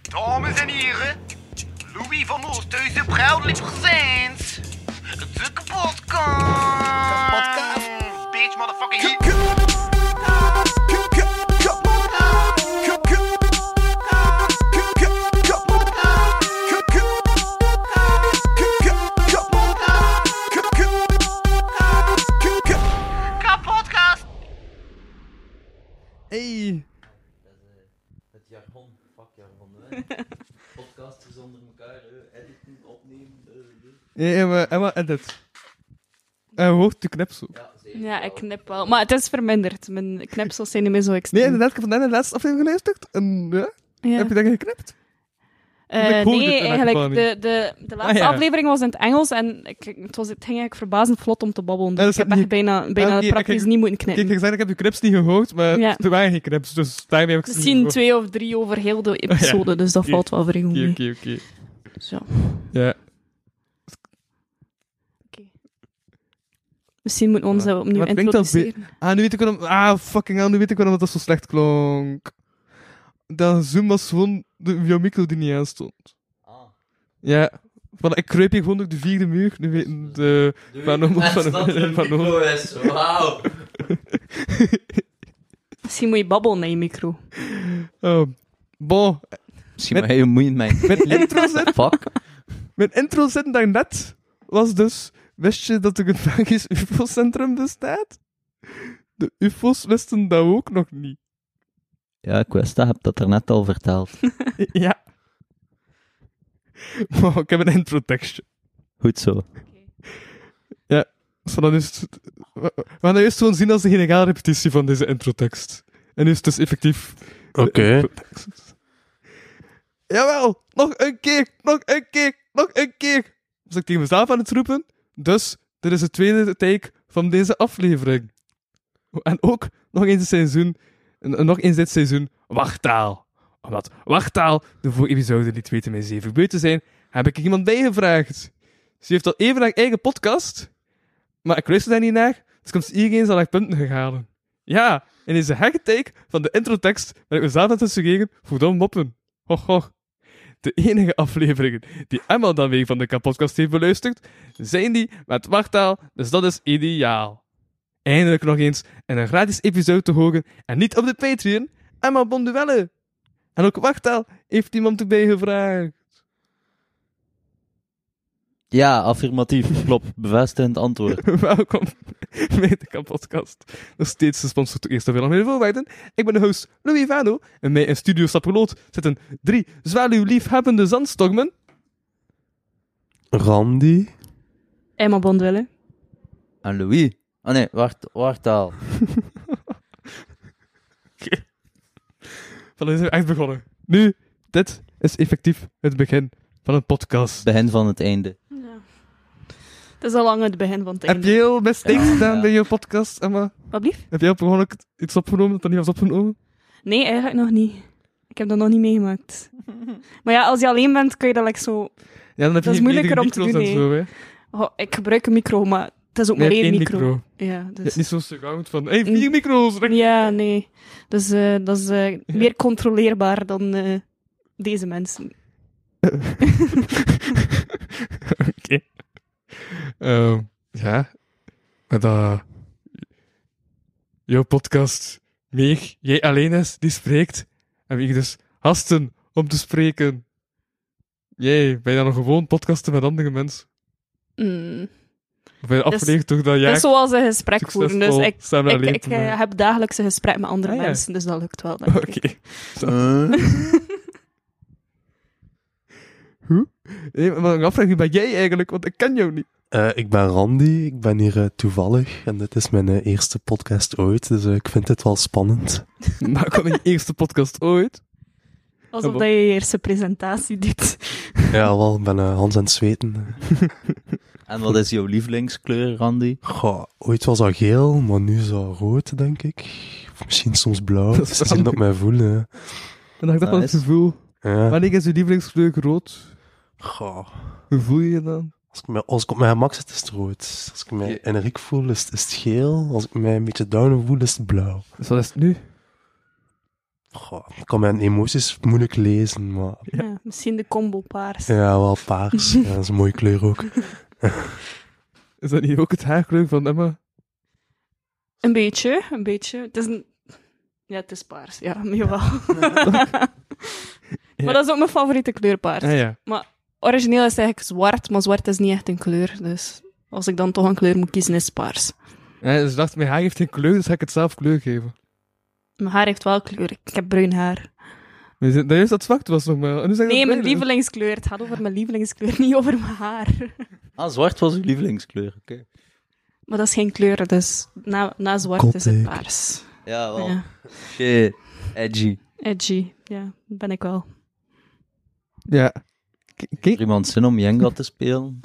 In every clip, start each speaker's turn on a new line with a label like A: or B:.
A: Dames en heren, Louis van Oosthuizen, proudly presents de kapotkast.
B: Kapotkast.
A: Bitch, motherfucking hit. Kapotkast.
B: Hey,
C: eh, Het jargon, fuck jargon. hè. Podcasters onder elkaar, hè. editen, opnemen. eh, eh.
B: hey, Emma, Emma edit. En hoort de knipsel.
C: Ja, zeker.
D: Ja,
C: wel.
D: ik knip wel. Maar het is verminderd. Mijn knipsels zijn niet meer zo
B: Nee,
D: extreem.
B: inderdaad, ik heb vandaag de laatste aflevering geluisterd. En ja,
D: Ja.
B: heb je dat geknipt?
D: Eh,
B: Ik hoor dit in
D: nee
B: elk
D: eigenlijk,
B: geval
D: de, de, de laatste
B: Ah, ja.
D: aflevering was in het Engels en ik, het, was, het ging eigenlijk verbazend vlot om te babbelen. Dus
B: dat
D: ik heb
B: zat
D: echt bijna, bijna
B: Ah, oké,
D: praktisch
B: ik-
D: niet moeten
B: Kijk, ik
D: knippen.
B: heb gezegd, ik heb de knips niet gehoord, maar
D: Ja.
B: er waren geen knips, dus daarmee heb ik ze niet
D: Misschien
B: gehoord.
D: twee of drie over heel de episode, dus dat
B: Oké.
D: valt wel vrij goed
B: Oké,
D: mee.
B: oké, oké.
D: Dus ja.
B: Ja.
D: Misschien moeten we ons
B: Voilà.
D: dat opnieuw
B: Maar ik denk dat we-
D: introduceren.
B: Ah, nu weet ik waarom... Ah, fucking hell, nu weet ik waarom dat zo slecht klonk. Dat Zoom was gewoon de, jouw micro die niet aan stond.
C: Ah,
B: Ja. Want ik kruip hier gewoon door de vierde muur. Nu weet de...
C: doe
B: Van
C: je
B: om-
C: best
B: van om-
C: dat er een
B: van om.
C: micro is. Wauw.
D: Misschien moet je babbelen naar je micro.
B: Oh. Bon.
C: Misschien
B: Met-
C: ben je moeite mijn
B: Mijn intro, zin,
C: Fuck.
B: mijn intro zin daarnet was dus... Wist je dat er een Belgisch UFO-centrum bestaat? De UFO's wisten dat ook nog niet.
C: Ja, ik wist dat, heb dat er net al verteld.
B: Ja. Wow, ik heb een intro-tekstje.
C: Goed zo.
B: Zo, dan is het- We we gaan dat eerst gewoon zien als de generale repetitie van deze introtekst. En nu is het dus effectief. de
E: Oké.
B: introtekst. Jawel, nog een keer, nog een keer, nog een keer. Dus ik tegen mezelf aan het roepen. Dus, dit is de tweede take van deze aflevering. En ook nog eens dit seizoen, en- en nog eens dit seizoen, wachttaal. Omdat wachttaal de vorige episode niet weten mijn zeven gebeurd te zijn, heb ik er iemand bijgevraagd. Ze heeft al even haar eigen podcast, maar ik luister daar niet naar, dus komt ze iedereen zal haar punten gehalen. Ja, in deze heggetake van de introtekst ben ik mezelf aan het suggereren voor dan moppen. Hoch, hoch. De enige afleveringen die Emma dan weer van de kapotkast heeft beluisterd, zijn die met wachttaal, dus dat is ideaal. Eindelijk nog eens in een gratis episode te horen en niet op de Patreon, Emma Bonduelle. En ook wachttaal heeft iemand erbij gevraagd.
C: Ja, affirmatief. Klopt. Bevestigend antwoord.
B: Welkom bij de Kapotkast. Nog steeds gesponsord door Eerste Willem van Voorwaarden. Ik ben de host Louis Vano en mij in Studio Sapperloot zitten drie zwaluwliefhebbende zandstormen.
E: Randy?
D: Emma Bondwille.
C: En Louis. Ah nee, wacht, wacht al.
B: Van is het echt begonnen. Nu, dit is effectief het begin van een podcast.
C: Begin van het einde.
D: Ja. Het is al lang het begin van het
B: Heb
D: einde.
B: je heel mistakes
C: Ja,
B: gedaan
C: ja.
B: bij je podcast, Emma?
D: Wat blieft?
B: Heb jij persoonlijk iets opgenomen dat er niet was opgenomen?
D: Nee, eigenlijk nog niet. Ik heb dat nog niet meegemaakt. Maar ja, als je alleen bent, kun je dat like zo...
B: Ja, dan heb je
D: Dat is
B: geen
D: moeilijker om te
B: micro's
D: doen,
B: en zo, hè?
D: Oh, ik gebruik een micro, maar het is ook
B: Nee,
D: maar
B: je hebt één
D: één micro.
B: micro.
D: Ja,
B: Je
D: dus...
B: hebt niet zo'n surround van, hey,
D: Mm.
B: vier micro's! recht-
D: Ja, nee. Dus eh, dat is eh, meer controleerbaar dan eh, deze mensen.
B: Oké. Ehm, ja. Maar dat... Jouw podcast, Meeg, jij alleen is, die spreekt. En wie dus hasten om te spreken. Jij, ben je dan nog gewoon podcasten met andere mensen?
D: Mm.
B: Of ben je
D: Dus-
B: afgeleerd door dat
D: Het
B: jaar
D: is zoals een gesprek voeren. Dus
B: succesvol
D: ik,
B: samen
D: ik,
B: alleen
D: ik,
B: te
D: eh,
B: maken?
D: heb dagelijks een gesprek met andere
B: Ah, ja.
D: mensen, dus dat lukt wel. denk ik.
B: Oké. Hoe? Nee, maar ik afvraag, wie ben jij eigenlijk? Want ik ken jou niet.
E: Eh, ik ben Randy, ik ben hier eh, toevallig en dit is mijn eh, eerste podcast ooit, dus eh, ik vind dit wel spannend.
B: Maar ik had mijn eerste podcast ooit.
D: Alsof dat je je eerste presentatie doet.
E: Ja, wel, ik ben eh, Hans aan het zweten.
C: En wat is jouw lievelingskleur, Randy?
E: Goh, ooit was dat geel, maar nu is dat rood, denk ik. Of misschien soms blauw,
B: Dat
E: dat
B: is
E: is zien op mij voelen.
B: En dan had ik dat van het
C: Nice.
B: gevoel.
E: hè. Ja.
B: Wanneer is je lievelingskleur rood?
E: Goh,
B: Hoe voel je je dan?
E: als ik, me, als ik op mijn gemak zit, is het rood. Als ik mij energiek voel, is, het- is het geel. Als ik mij een beetje down voel, is het blauw.
B: Dus wat is het nu?
E: Goh, ik kan mijn emoties moeilijk lezen, maar
D: Ja, misschien de combo paars.
E: ja, wel paars. Ja, dat is een mooie kleur ook.
B: Is dat niet ook het haarkleur van Emma?
D: Een beetje, een beetje. Het is een... Ja, het is paars. Ja, maar jawel. Maar dat is ook mijn favoriete kleur paars.
B: Ah ja.
D: Origineel is het eigenlijk zwart, maar zwart is niet echt een kleur. Dus als ik dan toch een kleur moet kiezen, is het paars.
B: ja. Dus ik dacht, mijn haar heeft geen kleur, dus ga ik het zelf kleur geven.
D: Mijn haar heeft wel kleur. Ik heb bruin haar.
B: Maar je zei- dat juist dat het zwart was nog maar. En nu zeg je
D: Nee,
B: dat het
D: mijn
B: bruin is.
D: lievelingskleur. Het gaat over mijn lievelingskleur, niet over mijn haar.
C: Ah, zwart was uw lievelingskleur, oké.
D: Maar dat is geen kleur, dus na, na zwart is het
E: Gothic.
D: paars.
C: Ja,
B: Oh.
C: wel.
D: Ja.
C: Shit. Edgy.
D: Edgy, ja, dat ben ik wel.
B: Ja. K-
C: Heeft
B: Kijk,
C: iemand zin om Jenga te spelen?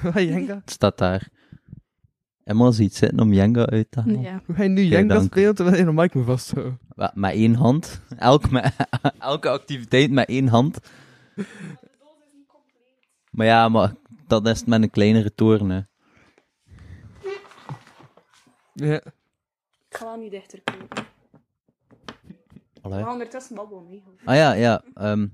B: hoe Jenga.
C: Het staat daar. Emma ziet zitten om Jenga uit te halen.
D: Ja.
B: Hoe hij nu
C: Oké,
B: Jenga
C: dank.
B: speelt terwijl hij een mic moet vasthouden.
C: Wa- Met één hand. Elk met, elke activiteit met één hand. Maar ja, maar dat is met een kleinere toren. hè.
B: Ja.
D: Ik ga wel nu dichter komen.
C: Allee.
D: ondertussen babbelen mee.
C: Ah ja, ja. ehm,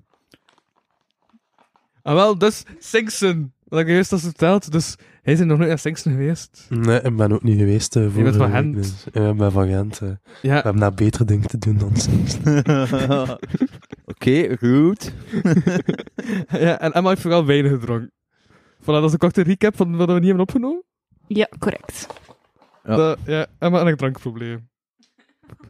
B: Ah wel, dus Singson. Wat ik juist als verteld. Dus hij is nog nooit naar Singson geweest.
E: Nee, ik ben ook niet geweest. eh, vorige
B: van
E: week,
B: Gent.
E: dus- Ja, ik ben van Gent. eh.
B: Ja.
E: We hebben daar betere dingen te doen dan Sims.
C: Oké, goed.
B: Ja, en Emma heeft vooral weinig gedronken. Voilà, dat is een korte recap van wat we niet hebben opgenomen.
D: Ja, correct.
C: Ja.
B: Dat- ja, Emma en een drankprobleem.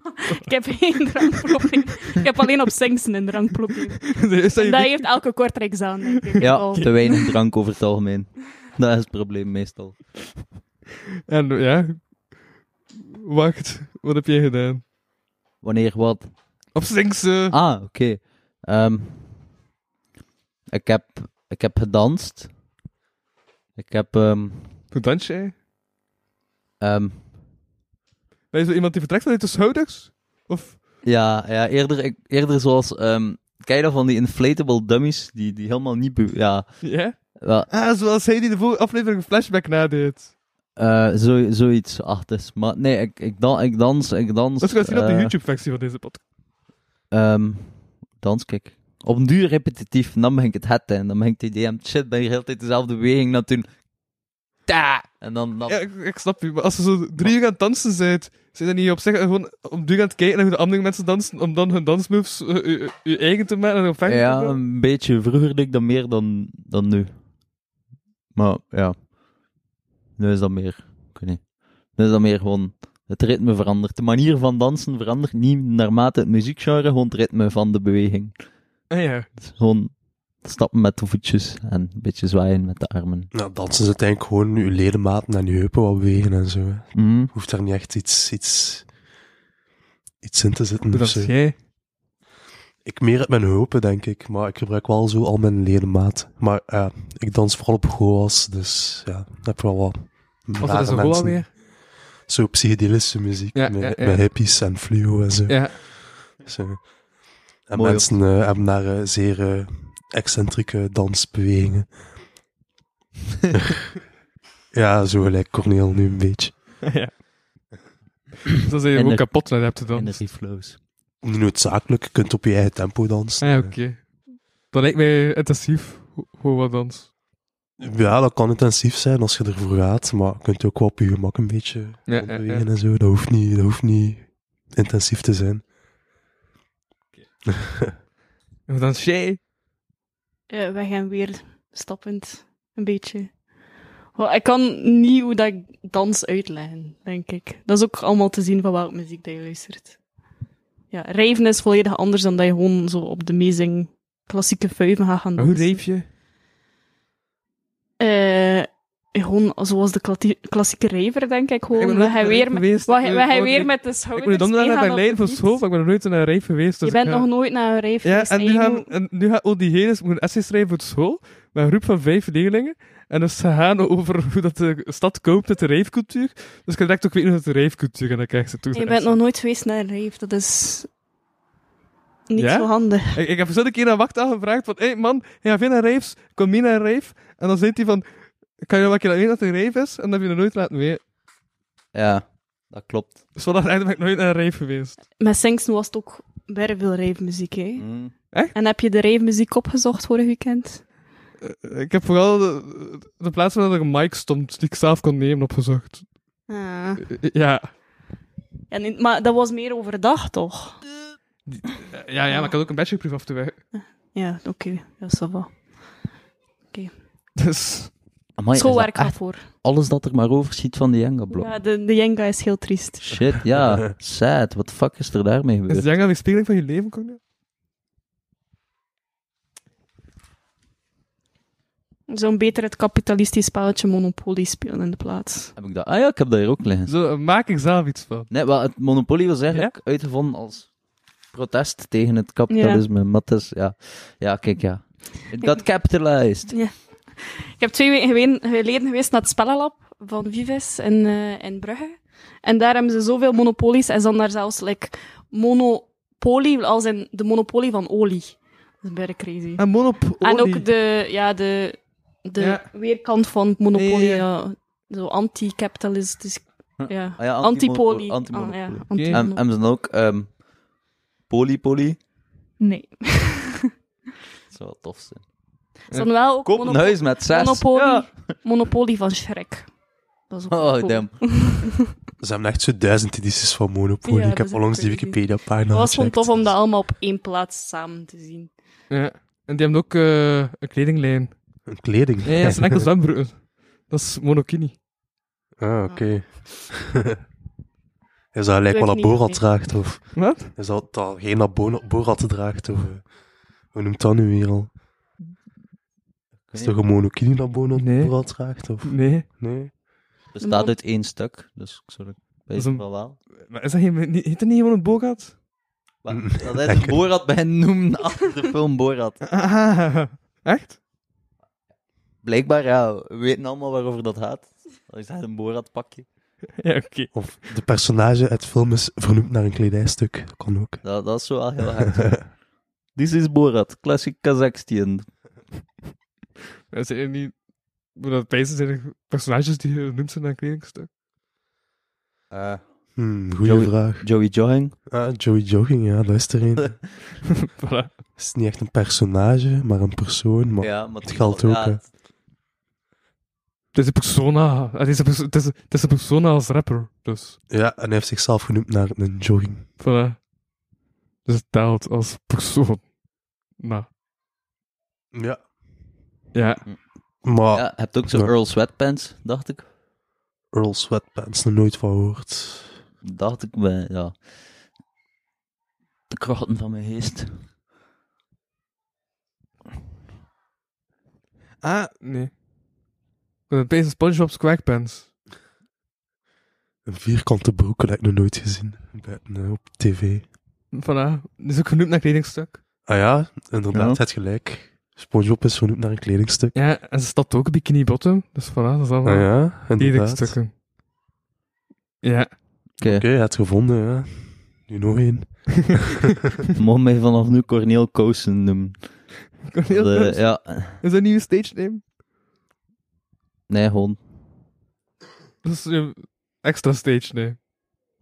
D: Ik heb geen drankprobleem. Ik heb alleen op Singsen een drankprobleem.
B: Dus dat je
D: Dat
B: weet-
D: heeft elke kortreks aan, denk ik.
C: Ja,
D: Al.
C: te weinig drank over het algemeen. Dat is het probleem meestal.
B: En ja... Wacht, wat heb jij gedaan?
C: Wanneer wat?
B: Op Singsen!
C: Ah, oké. Ehm, ik, heb, ik heb gedanst. Ik heb... ehm,
B: Hoe dans jij?
C: ehm,
B: Ben je zo iemand die vertrekt vanuit de schouders? Of...
C: ja, ja eerder, ik- eerder zoals... ehm Kijk dan van die inflatable dummies die, die helemaal niet... be- Ja,
B: Ja?
C: wel,
B: Ah, zoals hij die de vorige aflevering een flashback nadeed.
C: eh, zo, zoiets achter. Maar nee, ik, ik, dan, ik dans, ik dans.
B: Dat is gewoon zien op de
C: eh,
B: YouTube-versie van deze podcast.
C: Ehm, dans, kijk. Op een duur repetitief, en dan begin ik het het en dan begin ik het idee aan het shit, ben je de hele tijd dezelfde beweging dan toen. Ta! En dan, dan
B: Ja, ik, ik snap je, maar als je zo drie uur aan het dansen bent, zijn dan niet op zich gewoon om duur aan het kijken naar hoe de andere mensen dansen, om dan hun dansmoves eh, je je- je eigen te maken en op fijn
C: ja, een beetje. Vroeger deed ik dat meer dan, dan nu. Maar ja, nu is dat meer. Ik weet niet. Nu is dat meer gewoon. Het ritme verandert. De manier van dansen verandert niet naarmate het muziekgenre, gewoon het ritme van de beweging.
B: Ah, ja.
C: Het is gewoon stappen met de voetjes en een beetje zwaaien met de armen.
E: Nou, dansen is uiteindelijk gewoon uw ledematen en uw heupen wat bewegen en zo. hè.
C: Mhm.
E: Hoeft daar niet echt iets, iets, iets in te zitten.
B: Doe
E: Of
B: dat
E: zo.
B: jij.
E: Ik meer uit mijn heupen, denk ik. Maar ik gebruik wel zo al mijn ledematen. Maar eh, ik dans vooral op goas, dus ja, ik heb wel wat
B: Was
E: rare
B: dat zo goed
E: mensen.
B: alweer?
E: Zo psychedelische muziek,
B: Ja,
E: met,
B: ja, ja.
E: met hippies en fluo en zo.
B: Ja.
E: Zo. En
C: Mooi,
E: mensen eh, hebben daar eh, zeer eh, excentrieke dansbewegingen. ja, zo gelijk Corneel nu een beetje.
B: ja. Dus dan zijn je
C: En
B: gewoon
C: de-
B: kapot naar hebt te dansen.
C: Energy flows.
E: Niet noodzakelijk, je kunt op je eigen tempo dansen.
B: Ah, ja, oké. Dat lijkt mij intensief, ho- hoe wat dans.
E: Ja, dat kan intensief zijn als je ervoor gaat, maar je kunt ook wel op je gemak een beetje
B: Ja, ja,
E: bewegen
B: ja.
E: en zo. Dat hoeft niet, dat hoeft niet intensief te zijn.
B: En hoe dans jij?
D: Eh, weg en weer stappend. Een beetje. Wel, ik kan niet hoe dat ik dans uitleggen, denk ik. Dat is ook allemaal te zien van welke muziek dat je luistert. Ja, rijven is volledig anders dan dat je gewoon zo op de meezing klassieke vuiven gaat gaan
B: Maar hoe
D: dansen.
B: reef je?
D: Eh, gewoon zoals de klati- klassieke rijver, denk ik.
B: Ik
D: Gewoon,
B: ben
D: we
B: nooit
D: gaan
B: naar
D: weer,
B: reef
D: met-
B: geweest.
D: we gaan- we
B: Ik-
D: gaan
B: ik-
D: weer met de
B: Ik
D: schouders
B: moet donderdag naar
D: meegaan op
B: Berlijn
D: de
B: voor
D: fiets.
B: school, maar ik ben nog nooit naar een reef geweest. Dus
D: je bent
B: ik ga-
D: nog nooit naar een rijf
B: Ja,
D: geweest,
B: en
D: hè.
B: nu,
D: Je
B: gaan,
D: moet-
B: en nu gaat Odihedis moeten een essay schrijven voor het school, met een groep van vijf leerlingen. En dus ze gaan over hoe dat de stad koopt met de rijfcultuur. Dus ik ga direct ook weten hoe dat de rijfcultuur en dan krijg ze toe.
D: Je bent nog nooit geweest naar een rijf, dat is niet
B: Ja?
D: zo handig.
B: ik, ik heb zo een keer aan Wacht aangevraagd van, hé hey man, je gaat veel naar rijfs, kom mee naar een rijf. En dan zegt hij van, kan je wel een keer alleen dat het een rijf is? En dan heb je nog nooit laten weten.
C: Ja. Dat klopt.
B: Zonder einde ben ik nooit naar een rave geweest.
D: Met Singsten was het ook bijna veel rijfmuziek, hè?
C: Mm.
D: En heb je de rijfmuziek opgezocht vorig weekend?
B: Eh, Ik heb vooral de, de plaats waar er een mic stond die ik zelf kon nemen opgezocht.
D: Ah.
B: Eh, Ja.
D: Ja, nee, maar dat was meer overdag, toch?
B: Ja, ja, maar ik had ook een bachelorproef af te werken.
D: Ja, oké. Ja, ça va.
B: Dus...
C: Amai,
D: Zo
C: is dat
D: werk gaat
C: echt
D: voor.
C: alles dat er maar overschiet van de Jenga-blok.
D: Ja, de, de Jenga is heel triest.
C: Shit, ja. Sad. Wat the fuck is er daarmee
B: Is
C: gebeurd?
B: Jenga een weerspiegeling van je leven, Cornel?
D: Zo'n beter het kapitalistisch spelletje Monopoly spelen in de plaats.
C: Heb ik dat? Ah ja, ik heb dat hier ook liggen.
B: Zo eh, maak ik zelf iets van.
C: Nee, maar het monopolie was eigenlijk uitgevonden als protest tegen het kapitalisme. Maar het is, ja. ja, kijk, ja. It got capitalized.
D: Ik heb twee weken gewen- geleden geweest naar het spellenlab van Vives in, eh, in Brugge. En daar hebben ze zoveel monopolies. En ze hadden daar zelfs like, monopolie, als in de monopolie van olie. Dat is bijna crazy.
B: En Monopoly.
D: En ook de, ja, de, de
B: Ja.
D: weerkant van monopolie.
B: Nee, ja.
D: ja, zo anti-capitalistisch.
C: Huh.
D: Ja.
C: Ah ja,
D: Antipolie.
C: anti-monopolie.
D: Ah, ja,
C: Anti-
D: anti-
B: Oké.
C: En hebben ze dan ook ehm polypoly?
D: Nee.
C: Dat zou wel tof zijn.
D: Ze hadden wel ook
C: Koop een
D: monopo-
C: huis met zes.
D: monopolie,
C: Ja.
D: monopolie van Shrek. Dat is ook
C: Oh,
D: cool.
C: damn.
E: Ze hebben echt zo duizend edities van Monopoly.
D: Ja,
E: ik
D: dat
E: heb
D: is
E: onlangs die
D: crazy.
E: Wikipedia-pagina
D: Het was gewoon tof
E: gecheckt.
D: om
B: dus-
D: dat allemaal op één plaats samen te zien.
B: Ja. En die hebben ook eh, een kledinglijn.
E: Een kleding.
B: Nee, dat zijn enkel zwembroeken. Dat is monokini.
E: Ah, oké. is dat
D: weet
E: lijkt wel dat
D: niet,
E: Borat
D: nee.
E: draagt, of...
B: Wat?
E: Is dat dat geen dat Bo- Borat draagt, of... eh, Hoe noemt dat nu weer al? Is het toch een monokini dat Bo-
B: Nee.
E: Borat draagt, of...
B: Nee.
E: Nee?
C: Het bestaat uit één stuk, dus ik zou het
B: is een-
C: wel wel.
B: Maar is dat geen... niet- Heet dat niet gewoon een bogat?
C: Maar
E: Mm,
C: dat hij
E: denk
C: de
E: het.
C: Borat bij hen noemde achter de film Borat.
B: Ah, echt?
C: Blijkbaar, ja, we weten allemaal waarover dat gaat. Dat is echt een Borat pakje.
B: Ja, oké.
E: Of de personage uit film is vernoemd naar een kledijstuk. Kan ook.
C: Dat, dat is zo wel heel hard. This is Borat, classic Kazakhstan.
B: Dat zijn niet... Moet dat pezen zijn er personages die genoemd zijn aan kledingstuk? Ah.
C: Eh,
E: Hmm, goeie
C: Joey-
E: vraag.
C: Joey Joing.
E: Ah, Joey Jogging, ja, dat is er een. Het
B: voilà.
E: is niet echt een personage, maar een persoon. Maar...
C: Ja, maar
E: het geldt ook,
C: ja,
E: hè.
C: het-
B: Het is een persona. Het is een, perso- het is een- het is een persona als rapper, dus.
E: Ja, en hij heeft zichzelf genoemd naar een jogging.
B: Voilà. Dus het telt als persoon. Nou,
E: Ja.
B: ja.
E: Maar
C: Ja, je hebt ook zo'n
E: Ah. Ja.
C: Earl Sweatpants, dacht ik.
E: Earl Sweatpants, nog nooit van gehoord.
C: Dacht ik, bij, ja. De krachten van mijn geest.
B: Ah, nee. Met een pezen SpongeBob SquarePants.
E: Een vierkante broek dat heb ik nog nooit gezien. Buiten, eh, op tv.
B: Voilà. eh, Die is ook genoemd naar kledingstuk.
E: Ah ja, inderdaad,
C: Ja.
E: het gelijk. Spongebob is vernoemd naar een kledingstuk.
B: Ja, en ze stapt ook Bikini Bottom. Dus voilà, dat is allemaal
E: Ah ja, inderdaad. Oké,
B: kledingstukken. Ja.
C: Oké,
E: je hebt het gevonden, ja. Nu nog één.
C: mocht mij vanaf nu Corneel Koosen noemen.
B: Cornel,
C: De-
E: eh,
C: ja,
B: Is dat een nieuwe stage name?
C: nee, gewoon.
B: Dat is een extra stage name.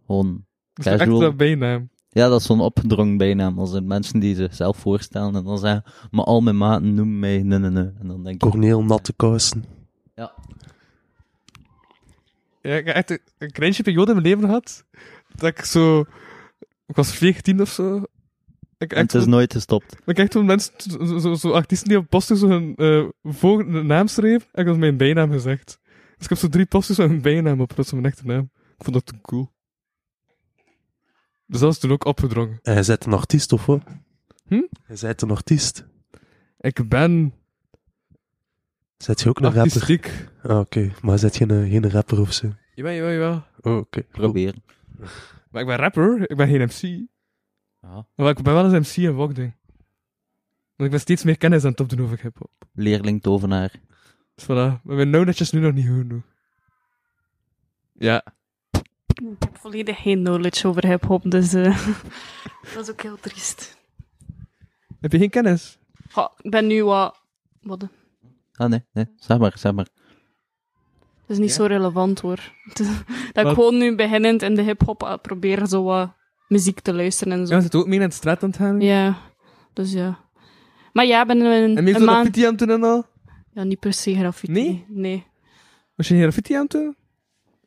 C: gewoon.
B: Dat is een
C: Casual.
B: extra bijnaam.
C: Ja, dat is zo'n opgedrongen bijnaam. Als er mensen die zichzelf voorstellen en dan zeggen, maar al mijn maten noemen mij, nee, nee, nee. En dan denk ik,
E: Corneel natte kousen.
C: ja,
B: Ja, ik heb echt een, een kleintje periode in mijn leven gehad. Dat ik zo... Ik was 14 of zo. Ik
C: en het is nooit gestopt.
B: Ik echt toen mensen, zo, zo, zo artiesten die op posters zo hun eh voor naam schreven, en ik had mijn bijnaam gezegd. Dus ik heb zo drie posters met mijn bijnaam op, dat is mijn echte naam. Ik vond dat toen cool. Dus dat is toen ook opgedrongen.
E: En hij bent een artiest, of wat?
B: Hm?
E: Hij bent een artiest.
B: Ik ben
E: Zet je ook een rapper?
B: artistiek.
E: Ah, oké. Maar zet je geen, geen rapper of zo?
B: Jawel, jawel, jawel.
E: Oh, oké.
C: Probeer.
B: Maar ik ben rapper, ik ben geen MC.
C: Ja.
B: Maar ik ben wel eens MC en walkding. Want ik ben steeds meer kennis aan het opdoen over hip-hop.
C: Leerling tovenaar.
B: Dus voilà, maar mijn knowledge is nu nog niet goed genoeg. Ja.
D: Ik heb volledig geen knowledge over hip-hop, dus eh, dat is ook heel triest.
B: Heb je geen kennis?
D: Goh, ik ben nu wat. wat
C: Ah, nee, nee, zeg maar, zeg maar.
D: Het is niet
B: Ja.
D: zo relevant hoor. dat ik
B: Wat?
D: gewoon nu beginnend in de hip-hop eh, probeer zo wat muziek te luisteren en zo.
B: Ja, ze het ook mee naar de straat aan het gaan.
D: Ja, dus ja. Maar ja, ben een,
B: En meer
D: een
B: zo
D: maand...
B: graffiti aan het doen en al.
D: Ja, niet per se graffiti.
B: Nee?
D: Nee.
B: Was je graffiti aan het doen?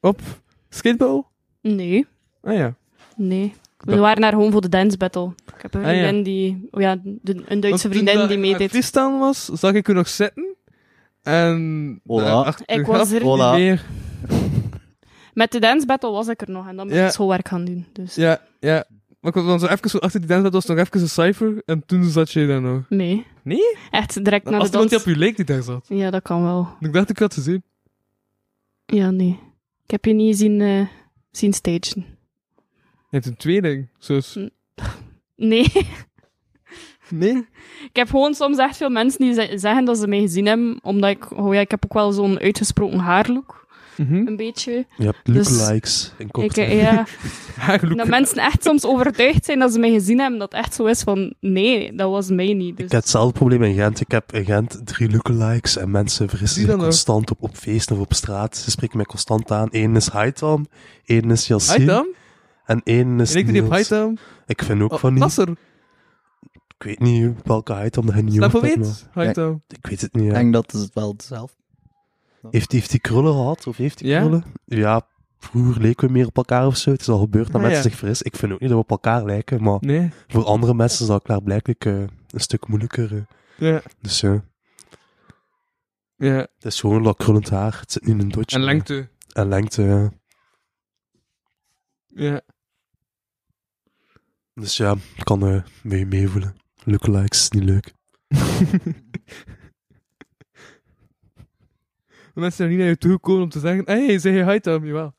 B: Op skateball?
D: Nee.
B: Ah ja.
D: nee. We
B: Dat-
D: waren daar gewoon voor de dance battle. Ik heb een
B: Ah, ja.
D: vriendin die... oh Ja, de- een
B: Want
D: Duitse
B: toen dat
D: vriendin die
B: ik aan het
D: meedeed.
B: freestylen was, zag ik u nog zitten. En... eh,
C: Hola.
B: daarachter
D: Ik
B: gaf
D: was er.
B: niet
C: Hola.
B: meer.
D: Met de dance battle was ik er nog en dan moest
B: Ja.
D: ik schoolwerk gaan doen. Dus
B: Ja, ja. Maar ik was dan zo even zo achter die dance, dat was nog even een cijfer. En toen zat je daar nog.
D: nee.
B: Nee?
D: Echt direct naar
B: Als
D: de
B: iemand die
D: dans.
B: op je leek die daar zat.
D: Ja, dat kan wel.
B: En ik dacht, ik had ze zien.
D: Ja, nee. Ik heb je niet zien, eh, zien stagen.
B: Je hebt een tweeling, zus.
D: Nee.
B: Nee?
D: Ik heb gewoon soms echt veel mensen die ze- zeggen dat ze mij gezien hebben, omdat ik, oh ja, ik heb ook wel zo'n uitgesproken haarlook,
B: Mhm.
D: een beetje.
E: Je hebt
D: Dus-
E: lookalikes in
D: Ik,
E: cocktail.
D: eh, ja,
B: Ja, gelukkig.
D: dat mensen echt soms overtuigd zijn dat ze mij gezien hebben, dat het echt zo is van, nee, dat was mij niet.
E: Ik
D: Dus.
E: heb hetzelfde probleem in Gent. Ik heb in Gent drie lookalikes en mensen verrissen
B: Wie
E: zich
B: dan ook?
E: constant op, op feesten of op straat. Ze spreken mij constant aan. Eén is Haitam, één is Yassine
B: Hightown?
E: en één is
B: En ik die op
E: Niels.
B: Hightown.
E: Ik vind ook
B: Oh,
E: van niet.
B: Nasser.
E: Ik weet niet welke Haitam dat hij niet
B: Snap je
E: hoort, maar-
B: weet? Hightown.
E: Ik weet het niet.
C: Ik
E: ja.
C: denk dat is het wel hetzelfde.
E: Heeft, heeft die krullen gehad? Of heeft die
B: Ja?
E: krullen? Ja, vroeger leken we meer op elkaar of zo. Het is al gebeurd dat
B: Ah,
E: mensen
B: ja.
E: zich fris. Ik vind ook niet dat we op elkaar lijken, maar
B: Nee.
E: voor andere mensen is dat klaarblijkelijk eh, een stuk moeilijker. eh.
B: Ja.
E: Dus ja,
B: Ja.
E: het is gewoon dat krullend haar. Het zit niet in een dotje.
B: En lengte.
E: En lengte, ja.
B: Ja.
E: Dus ja, ik kan eh mee meevoelen. Lookalikes, is niet leuk.
B: De mensen zijn niet naar je toe gekomen om te zeggen: hé, hey, zeg je Hightown? Jawel.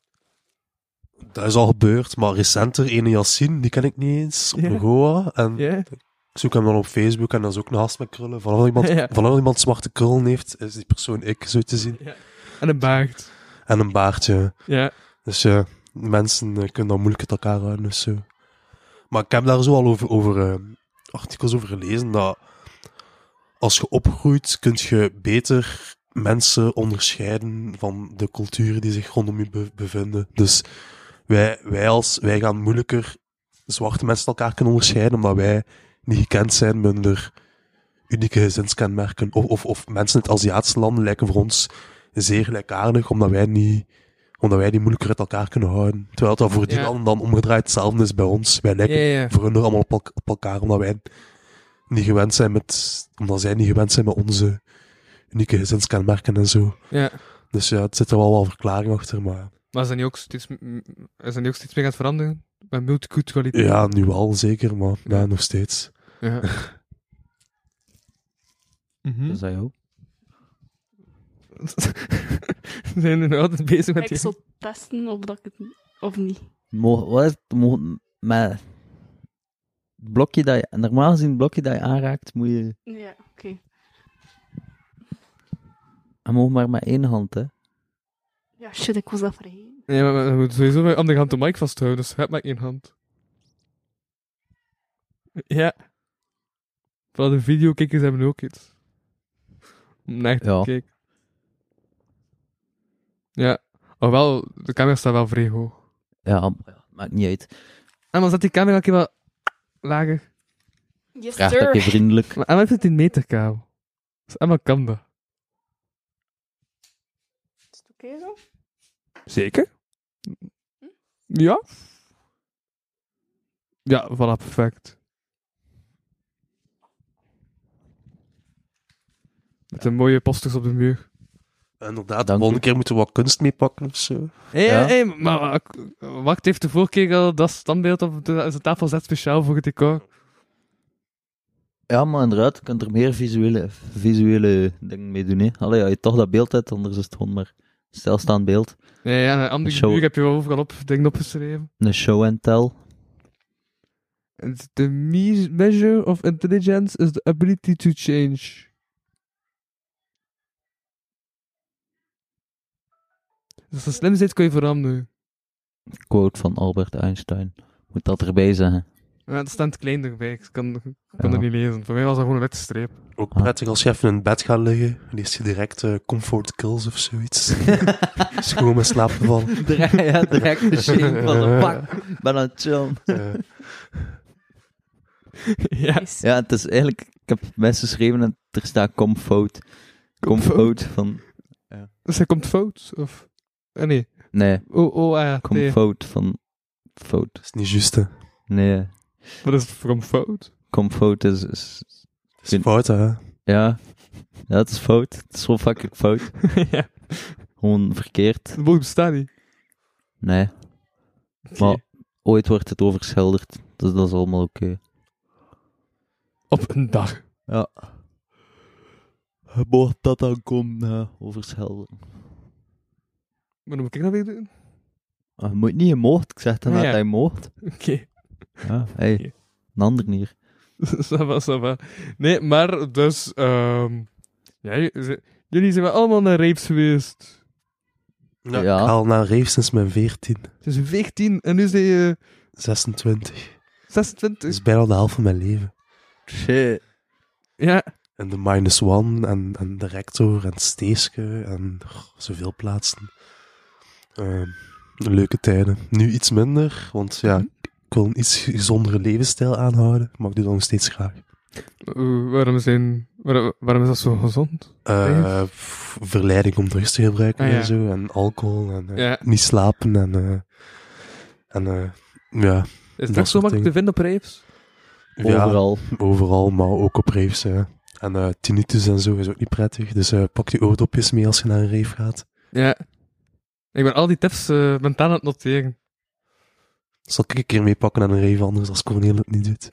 E: Dat is al gebeurd, maar recenter, ene Yassine, die ken ik niet eens, op
B: Ja.
E: een Goa. En
B: Ja?
E: ik zoek hem dan op Facebook en dat is ook een gast met krullen. Vanaf dat iemand,
B: Ja.
E: vanaf dat iemand zwarte krullen heeft, is die persoon ik, zo te zien.
B: En een baard.
E: En een baardje.
B: Ja.
E: Dus ja, mensen eh, kunnen dat moeilijk uit elkaar houden. Dus, zo. Maar ik heb daar zo al over, over eh, artikels over gelezen dat als je opgroeit, kun je beter mensen onderscheiden van de culturen die zich rondom je be- bevinden. Dus wij, wij, als, wij gaan moeilijker zwarte mensen elkaar kunnen onderscheiden, omdat wij niet gekend zijn met hun unieke gezinskenmerken. Of, of, of mensen uit Aziatische landen lijken voor ons zeer gelijkaardig, omdat wij niet omdat wij die moeilijker uit elkaar kunnen houden. Terwijl dat voor die
B: Ja.
E: landen dan omgedraaid hetzelfde is bij ons. Wij
B: Ja,
E: lijken
B: ja.
E: voor hun nog allemaal op, elk- op elkaar, omdat wij niet gewend zijn met, omdat zij niet gewend zijn met onze unieke gezinskenmerken en zo.
B: Ja.
E: Dus ja, het zit er wel wel verklaring achter, maar
B: Maar zijn die ook steeds, m- m- zijn die ook steeds meer aan het veranderen? Met multiculturaliteit.
E: ja, nu wel zeker, maar ja, nog steeds.
B: Ja. Mhm.
C: Dat zei ook.
B: Ze zijn nu nog altijd bezig met
D: ik
B: die...
D: zal testen of dat ik het... Of niet.
C: Mogen, wat is het? Mogen, met het blokje dat je, normaal gezien het blokje dat je aanraakt, moet je,
D: Ja, oké.
C: je mag maar met één hand, hè.
D: Ja, shit, ik was dat vergeten.
B: Nee, maar, maar je moet sowieso met je andere hand de mic vasthouden, dus heb maar één hand. Ja. Vooral de videokijkers hebben ook iets. Om naar te
C: Ja.
B: kijken. Ja. Ofwel, de camera staat wel vrij hoog.
C: Ja, maar ja, maakt niet uit.
B: En dan zet die camera een keer wat lager.
D: Yes,
C: Vraag dat je
D: sir.
C: vriendelijk.
B: Maar Emma heeft het 10 meter kabel. Dus Emma kan dat.
D: Is het oké zo?
B: Zeker? Ja. Ja, voilà, perfect. Met een mooie posters op de muur.
E: Inderdaad, de
C: Dank u.
E: volgende keer moeten we wat kunst meepakken of zo.
B: Hé,
C: Ja.
B: hé, maar wa- wacht, heeft de vorige keer al dat standbeeld op de, zijn tafel zet speciaal voor het decor?
C: Ja, maar inderdaad, je kunt er meer visuele, visuele dingen mee doen, hè. Allee, als je toch dat beeld hebt, anders is het gewoon maar stilstaand beeld.
B: Nee, ja, een andere
C: Zo.
B: muur heb je wel overal op dingen opgeschreven.
C: Een show and tell.
B: The me- measure of intelligence is the ability to change. Dus als je slim zit, kun je veranderen.
C: Quote van Albert Einstein. Moet dat erbij zeggen.
B: Ja, er staat klein erbij. Ik kan, ik kan
C: Ja.
B: het niet lezen. Voor mij was dat gewoon een witte streep.
E: Ook
C: Ah.
E: prettig als je even in bed gaat liggen en leest je direct eh, comfort kills of zoiets. is gewoon met slaap gevallen.
C: Dra- ja, direct de shame van de pak. Ben aan het chillen.
E: Eh,
B: ja.
D: Nice.
C: Ja, het is eigenlijk... Ik heb mensen geschreven en er staat comfout. Comfout van...
B: Dus hij komt fout? Of... eh, nee.
C: Nee,
B: Oh, oh, ah, nee.
C: comfout van... Fout.
E: dat is niet juist, hè. Dat
C: Nee,
B: Wat is het voor fout?
C: comfout is... is
E: is
C: In-
E: fout, hè.
C: ja. ja, het is fout. Het is gewoon fucking fout.
B: ja.
C: Gewoon verkeerd.
B: De boog bestaat niet.
C: Nee,
B: Oké.
C: maar ooit wordt het overschilderd. Dus dat is allemaal oké.
B: Op een dag.
C: Ja. Mocht dat dan komt, ja, overschilderen.
B: Maar dan moet ik dat weer doen.
C: Ah, Je moet niet, je mocht. Ik zeg dan
B: Ah,
C: dat
B: ja.
C: hij mocht.
B: Oké.
C: Ja, hey. Een ander niet.
B: ça va, ça va. Nee, maar dus... ehm, ja, j- ze- jullie zijn wel allemaal naar rapes geweest.
E: Ja.
C: Ja.
E: Ik haal naar Reef sinds mijn 14,
B: Dus 14 en nu zijn je
E: 26.
B: 26.
E: Dat is bijna de helft van mijn leven.
C: Shit.
B: Ja.
E: En de Minus One en, en de Rector en Steeske en goh, zoveel plaatsen. Ehm, leuke tijden. Nu iets minder, want ja,
B: Mhm.
E: ik wil een iets gezondere levensstijl aanhouden, maar ik doe dat nog steeds graag.
B: Eh, waarom, zijn, waar- waarom is dat zo gezond?
E: Eh, v- verleiding om drugs te gebruiken
B: Ah, ja.
E: en zo, en alcohol en eh,
B: Ja.
E: niet slapen en... eh, en eh, ja,
B: Is
E: Dat
B: dat, zo
E: soort
B: makkelijk te
E: dingen.
B: vinden op rapes?
E: ja,
C: Overal.
E: Overal, maar ook op raves. Hè. En eh tinnitus en zo is ook niet prettig. Dus eh, pak je oordopjes mee als je naar een rave gaat.
B: Ja. Ik ben al die tips eh, mentaal aan het noteren.
E: Zal ik een keer mee pakken aan een rave, anders als Cornel het niet doet.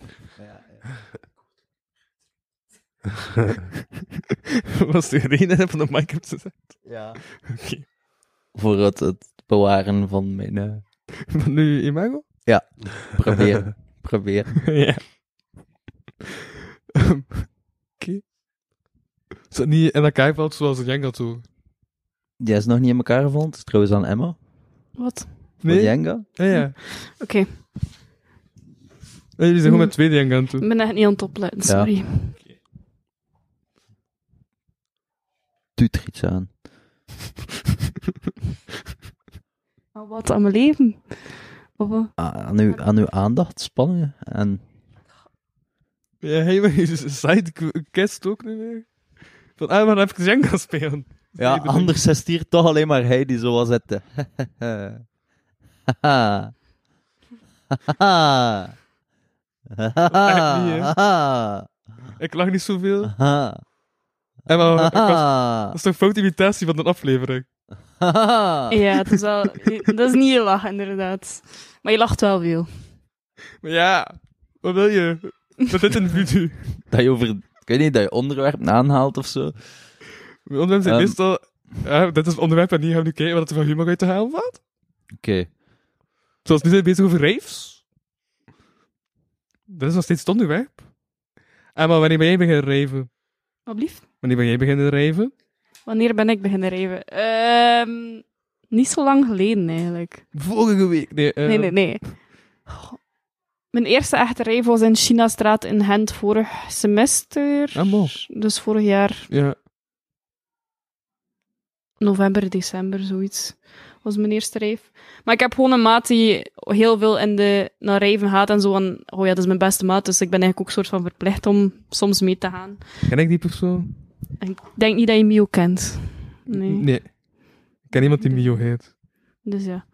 B: Was de reden van de mic op te zetten?
C: Ja.
B: Oké.
C: Voor het, het bewaren van mijn eh,
B: Van nu imago?
C: probeer. probeer.
B: ja. Ehm, Oké. Is dat niet in elkaar valt zoals een Jenga toe?
C: Die is nog niet in elkaar gevonden. Het is trouwens aan Emma.
D: Wat?
C: Nee. Jenga.
B: Ja, ja.
D: Oké,
B: En Hm. jullie zijn gewoon met tweede Jenga aan het
D: ik
B: doen.
D: ben echt niet aan het opletten, sorry.
C: Doet er iets aan.
D: Maar wat aan mijn leven? Of wat?
C: Ah, Aan uw, aan uw aandacht, spanningen. En
B: Ja, hey, maar je sidecast ook niet meer. Van, ah, maar dan even Jenga spelen.
C: Ja,
B: Nee, bedoel-
C: anders is het hier toch alleen maar hij die zo was het. Haha. Haha.
B: Echt niet, hè?
C: Haha.
B: Ik lach niet zoveel.
C: Haha.
B: En maar, ik was-
C: Haha.
B: dat is toch fout imitatie van de aflevering?
C: Haha.
D: Ah. Ja, het is wel... dat is niet je lach, inderdaad. Maar je lacht wel veel.
B: Maar ja, wat wil je? Met dit individu.
C: Dat je over, ik weet niet, dat je onderwerpen aanhaalt of zo.
B: Mijn onderwerp zijn
C: Ehm.
B: meestal... Ja, dit is het onderwerp en hier gaan we nu kijken wat er van humor uit te halen valt.
C: Oké.
B: Zoals nu zijn we bezig over raves. Dat is nog steeds het onderwerp. En maar wanneer ben jij beginnen raven?
D: Wat blieft?
B: Wanneer ben jij beginnen raven?
D: Wanneer ben ik beginnen rijden? Ehm, niet zo lang geleden, eigenlijk.
B: Vorige week. Nee, eh,
D: Nee, nee, nee. Goh. Mijn eerste echte rij was in Chinastraat in Gent vorig semester.
B: Ah, mooi.
D: Dus vorig jaar,
B: Ja.
D: november, december, zoiets. Was mijn eerste rijf. Maar ik heb gewoon een maat die heel veel in de, naar rijven gaat en zo. En, oh ja, dat is mijn beste maat, dus ik ben eigenlijk ook soort van verplicht om soms mee te gaan.
B: Ken ik die persoon?
D: En ik denk niet dat je Mio kent. Nee.
B: Ik ken iemand die Mio heet.
D: Dus ja.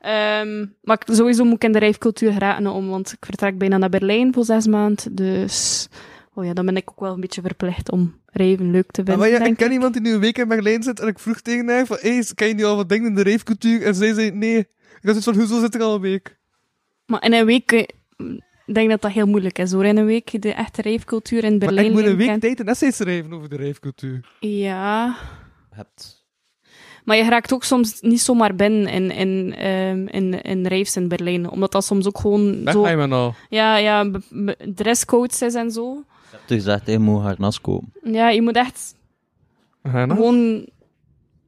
D: Ehm, maar ik- sowieso moet ik in de rijfcultuur geraken om, want ik vertrek bijna naar Berlijn voor zes maanden. Dus oh ja, dan ben ik ook wel een beetje verplicht om rijven leuk te vinden.
B: Ah, maar ja, ik
D: denk
B: ken iemand die nu een week in Berlijn zit en ik vroeg tegen haar van, hey, kan je nu al wat dingen in de ravecultuur? En zij zei, nee. Ik dacht, van, hoezo zit er al een week?
D: Maar in een week, eh, ik denk dat dat heel moeilijk is hoor. In een week de echte rijfcultuur in Berlijn.
B: maar ik moet een
D: leren
B: week
D: kennen.
B: tijd een essay schrijven over de ravecultuur.
D: Ja,
C: Hebt.
D: maar je raakt ook soms niet zomaar binnen in, in, ehm, in, in rijfs in Berlijn. Omdat dat soms ook gewoon
B: Daar ga
D: zo...
B: je nou- maar al.
D: Ja, ja, be- be- dresscodes is en zo.
C: Hebt u gezegd, hij moet harnas komen.
B: nou?
D: Ja, je moet echt
B: Gaan
D: gewoon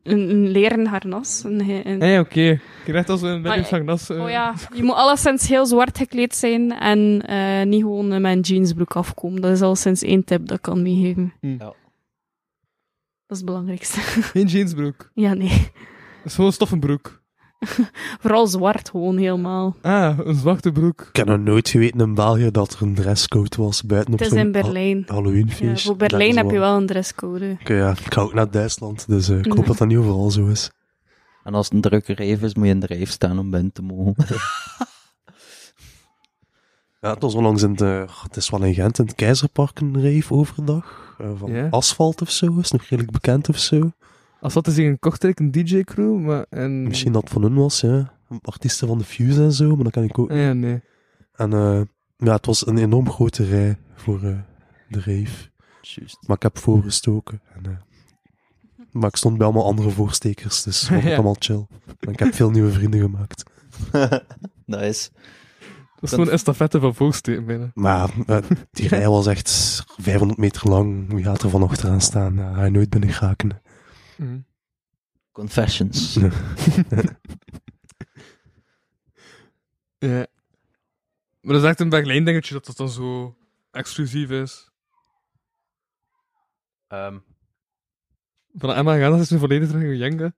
D: een, een leren harnas. Een, he- een-
B: Hé, oké. Ik krijg als een
D: Maar-
B: bedrijfsangnas.
D: Oh ja, je moet alleszins heel zwart gekleed zijn en eh, niet gewoon eh, met een jeansbroek afkomen. Dat is al sinds één tip dat ik kan meegeven.
B: Hm.
C: Ja.
D: Dat is het belangrijkste.
B: Geen jeansbroek.
D: ja, nee.
B: Het is gewoon een stoffenbroek.
D: Vooral zwart gewoon helemaal.
B: Ah, een zwarte broek.
E: Ik heb nog nooit geweten in België dat er een dresscode was buiten op
D: Het is
E: zo'n
D: in
E: ha-
D: Berlijn. Ja,
E: Halloweenfeest.
D: voor Berlijn
E: Dat is
D: heb je wel een dresscode.
E: Oké, ja. Ik ga ook naar Duitsland, dus eh, ik hoop
D: Nee.
E: dat dat niet overal zo is.
C: En als het een drukke reef is, moet je in de reef staan om binnen te mogen.
E: Ja, het was onlangs in de, oh, het is wel in Gent, in het Keizerpark een rave overdag. eh, van
B: Ja. Mm.
E: asfalt of zo, is nog redelijk bekend of zo.
B: Als dat is hier een Kortrijk, een DJ-crew, maar... En...
E: Misschien dat het van hun was, ja. Artiesten van de Fuse en zo, maar dat kan ik ook.
B: Ah, ja, nee.
E: En eh, ja, het was een enorm grote rij voor eh, de rave.
C: Juist.
E: Maar ik heb voorgestoken. En, eh, maar ik stond bij allemaal andere voorstekers, dus vond ik
B: Ja.
E: allemaal chill. En ik heb veel nieuwe vrienden gemaakt.
C: nice.
B: Dat is gewoon een estafette van volksteen binnen.
E: Maar eh, die rij was echt 500 meter lang. Wie gaat er van achteraan staan? Ja, ga je nooit binnen geraken.
B: Mhm.
C: Confessions.
E: Ja.
B: Ja. Maar dat is echt een Berlijn dingetje dat dat dan zo exclusief is.
C: Ehm,
B: Van Emma Ganas is nu volledig terug in Jenga.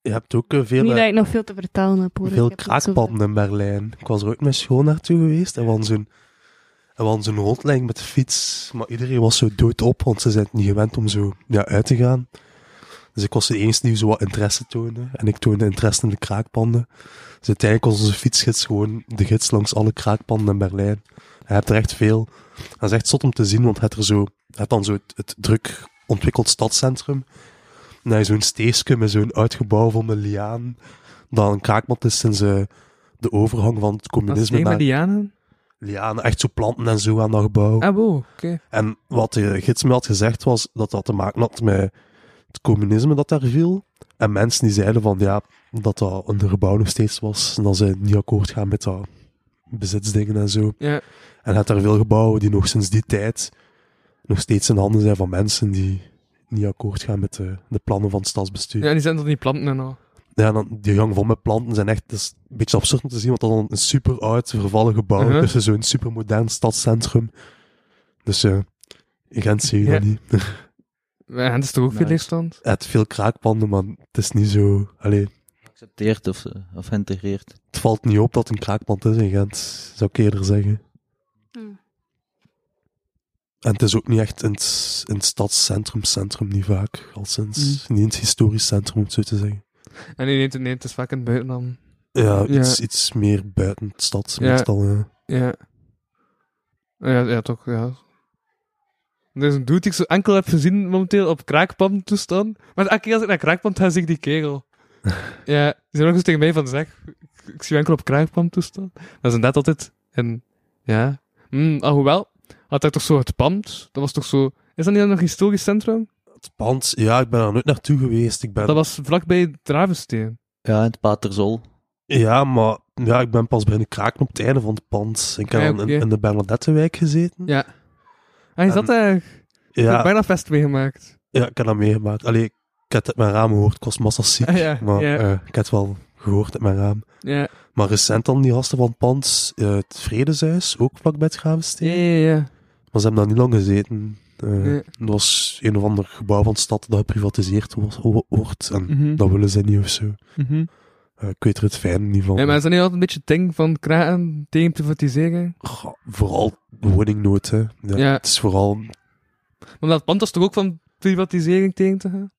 E: Je hebt ook eh, veel,
D: Niet
E: eh,
D: dat ik nog veel te vertellen heb, hoor.
E: veel
D: Ik heb het zo-
E: kraakpanden in Berlijn. Ik was er ook met school naartoe geweest. En we hadden zo'n- en we hadden zo'n rondleiding met de fiets. Maar iedereen was zo doodop, want ze zijn het niet gewend om zo ja, uit te gaan. Dus ik was de enige die zo wat interesse toonde. En ik toonde interesse in de kraakpanden. Dus uiteindelijk was onze fietsgids gewoon de gids langs alle kraakpanden in Berlijn. Je hebt er echt veel. Dat is echt zot om te zien, want het er zo, je hebt dan zo het, het druk ontwikkeld stadscentrum. En dan zo'n steesje met zo'n uitgebouw van de liaan. Dan een kraakmat is sinds eh, de overgang van het
B: Dat is
E: communisme
B: tegen
E: naar
B: met Dianen.
E: lianen. Echt zo planten en zo aan dat gebouw.
B: Ah, wow, oké.
E: En wat de gids me had gezegd was dat dat te maken had met het communisme dat daar viel. En mensen die zeiden van ja, dat dat een gebouw nog steeds was. En dat ze niet akkoord gaan met dat bezitsdingen en zo.
B: Ja.
E: En het daar veel gebouwen die nog sinds die tijd nog steeds in handen zijn van mensen die niet akkoord gaan met de, de plannen van het stadsbestuur.
B: Ja, die zijn dan die planten en al.
E: Ja, en dan, die gang vol met planten zijn echt dat is een beetje absurd om te zien, want dan een super oud vervallen gebouw
B: Mhm.
E: tussen zo'n super modern stadscentrum. Dus eh Gent zie je dat
B: Ja.
E: niet.
B: Ja, en dat is toch ook
C: Nice.
B: veel leegstand?
E: Het heeft veel kraakpanden, maar het is niet zo... Allee,
C: Geaccepteerd of, eh, of geïntegreerd.
E: het valt niet op dat het een kraakpand is in Gent, zou ik eerder zeggen.
D: Hm.
E: En het is ook niet echt in het, in het stadscentrum, centrum, niet vaak. Al sinds,
B: Mm.
E: niet in het historisch centrum, om het zo te zeggen.
B: En nee, nee, nee, het is vaak in het buitenland.
E: Ja,
B: Ja.
E: Iets, iets meer buiten de stad,
B: Ja.
E: meestal. ja.
B: Ja. Ja, ja toch, ja. Er is een dude die ik zo enkel heb gezien momenteel op kraakpand toestaan. Maar elke keer als ik naar kraakpand ga, zie ik die kegel. ja, die zijn ook eens tegen mij van, zeg, ik, ik zie je enkel op kraakpand toestaan. Dat is inderdaad altijd, en ja. Mm, alhoewel, had hij toch zo het pand, dat was toch zo... Is dat niet nog een historisch centrum?
E: Het pand, ja, ik ben er nooit naartoe geweest. Ik ben
B: Dat was vlakbij Dravensteen.
C: Ja, het Paterzol.
E: Ja, maar ja, ik ben pas beginnen kraken op het einde van het pand. Ik heb
B: Ja,
E: dan in,
B: Ah, oké.
E: in de Bernadette-wijk gezeten.
B: Ja. Hij zat
E: En-
B: daar, ik heb
E: Ja,
B: bijna vest meegemaakt.
E: ja, ik heb dat meegemaakt. Allee, ik heb het uit mijn raam gehoord. Ik was massa ziek,
B: Ah, ja,
E: maar
B: ja.
E: eh, ik heb het wel gehoord uit mijn raam.
B: Ja,
E: Maar recent dan die gasten van het pand, eh, het Vredeshuis, ook vlakbij het
B: ja,
E: Gravensteen.
B: ja. ja.
E: Maar ze hebben daar niet lang gezeten. Eh,
B: Nee.
E: Het was een of ander gebouw van de stad dat geprivatiseerd wo- wo- wordt. En
B: Mhm,
E: dat willen ze niet of zo.
B: mhm.
E: Eh, ik weet er het fijne niet van.
B: Ja, maar is dat niet altijd een beetje het ding van kraken tegen privatiseren?
E: Goh, vooral woningnood, hè. Ja,
B: Ja.
E: Het is vooral
B: Want dat pand was toch ook van privatisering tegen te gaan?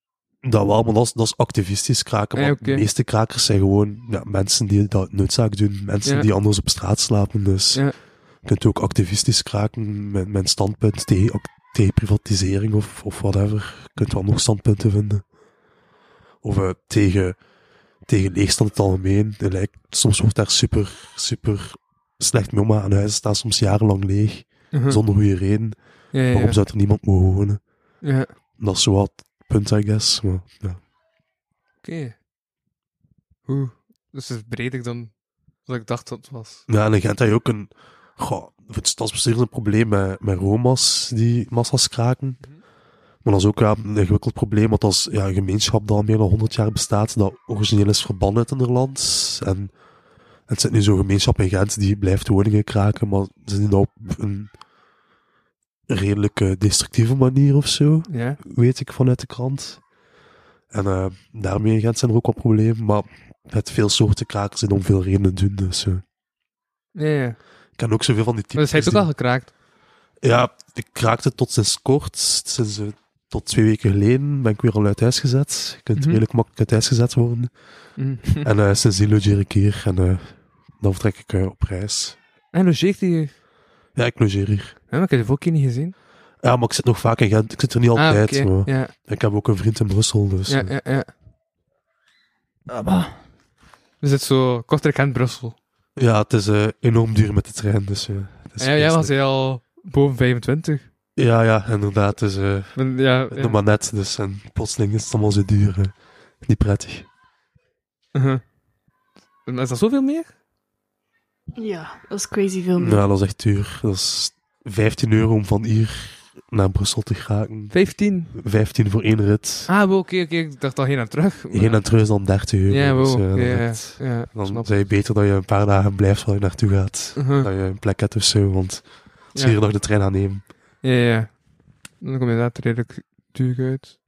E: Dat wel, maar dat is, dat is activistisch kraken.
B: Ah, Ja,
E: want
B: oké.
E: De meeste krakers zijn gewoon ja, mensen die dat noodzaak doen. Mensen
B: Ja.
E: die anders op straat slapen. Dus
B: Ja.
E: je kunt ook activistisch kraken met mijn standpunt tegen, ac- tegen privatisering of, of whatever. Je kunt wel nog standpunten vinden. Of eh, tegen, tegen leegstand in het algemeen. En, like, soms wordt daar super, super slecht mee omgaan. Huizen staan soms jarenlang leeg.
B: Mhm.
E: Zonder goede reden.
B: Ja, ja,
E: Waarom
B: ja.
E: zou er niemand mogen wonen?
B: Ja, oké.
E: Dat is zo wat het punt, I guess. Maar, ja.
B: Oeh, dus het is breder dan wat ik dacht dat het was.
E: Ja, en in Gent heb je ook een... Goh, voor het stadsbestuur is een probleem met, met Roma's die massa's kraken. Maar dat is ook ja, een ingewikkeld probleem, want als ja, een gemeenschap dat al meer dan 100 jaar bestaat, dat origineel is verbannen uit Nederland. En, en het zit nu zo'n gemeenschap in Gent die blijft woningen kraken, maar ze doen dat op een redelijk eh, destructieve manier of zo
B: Ja.
E: weet ik vanuit de krant. En eh, daarmee in Gent zijn er ook wel problemen, maar met veel soorten krakers en om veel redenen doen. Dus, eh.
B: Ja, ja.
E: ik ken ook zoveel van die
B: Maar dus
E: types.
B: hij heeft ook
E: die-
B: al gekraakt.
E: Ja, ik kraakte tot sinds kort. Sinds eh, tot twee weken geleden ben ik weer al uit huis gezet. Je kunt
B: Mhm.
E: redelijk makkelijk uit huis gezet worden. en eh sindsdien logeer ik hier en eh, dan vertrek ik eh, op reis.
B: En logeert hij hier?
E: Ja, ik logeer hier.
B: Ja, maar ik heb het ook keer niet gezien.
E: Ja, maar ik zit nog vaak in Gent. Ik zit er niet
B: ah,
E: altijd.
B: oké.
E: maar
B: Ja,
E: Ik heb ook een vriend in Brussel, dus...
B: ja,
E: eh,
B: ja, ja.
C: Ah, bah.
B: Dus het is zo kortrijk aan Brussel.
E: Ja, het is eh, enorm duur met de trein, dus... eh, het is
B: Ah, Ja, jij
E: best,
B: was
E: eh,
B: hij al boven 25.
E: Ja, ja, inderdaad. Dus, eh
B: Ben- Ja, ja.
E: Nog maar net. Dus en plotseling is het allemaal zo duur. eh, niet prettig.
B: Uh-huh. Maar Is dat zoveel meer?
D: Ja, dat is crazy veel meer.
E: Ja, dat is echt duur. Dat is 15 euro om van hier naar Brussel te geraken.
B: 15.
E: 15 voor één rit.
B: Ah, wel, oké, oké. Ik dacht al heen en terug. maar-
E: Heen en terug is dan 30 euro.
B: Ja,
E: dus,
B: wow.
E: eh,
B: Ja,
E: dan
B: ja, ja.
E: het-
B: ja,
E: dan
B: snap.
E: zei je beter dat je een paar dagen blijft waar je naartoe gaat.
B: Uh-huh.
E: Dat je een plek hebt of zo, want als
B: Ja.
E: je hier nog de trein aan neemt.
B: Ja, ja. Dan kom je inderdaad redelijk duur uit.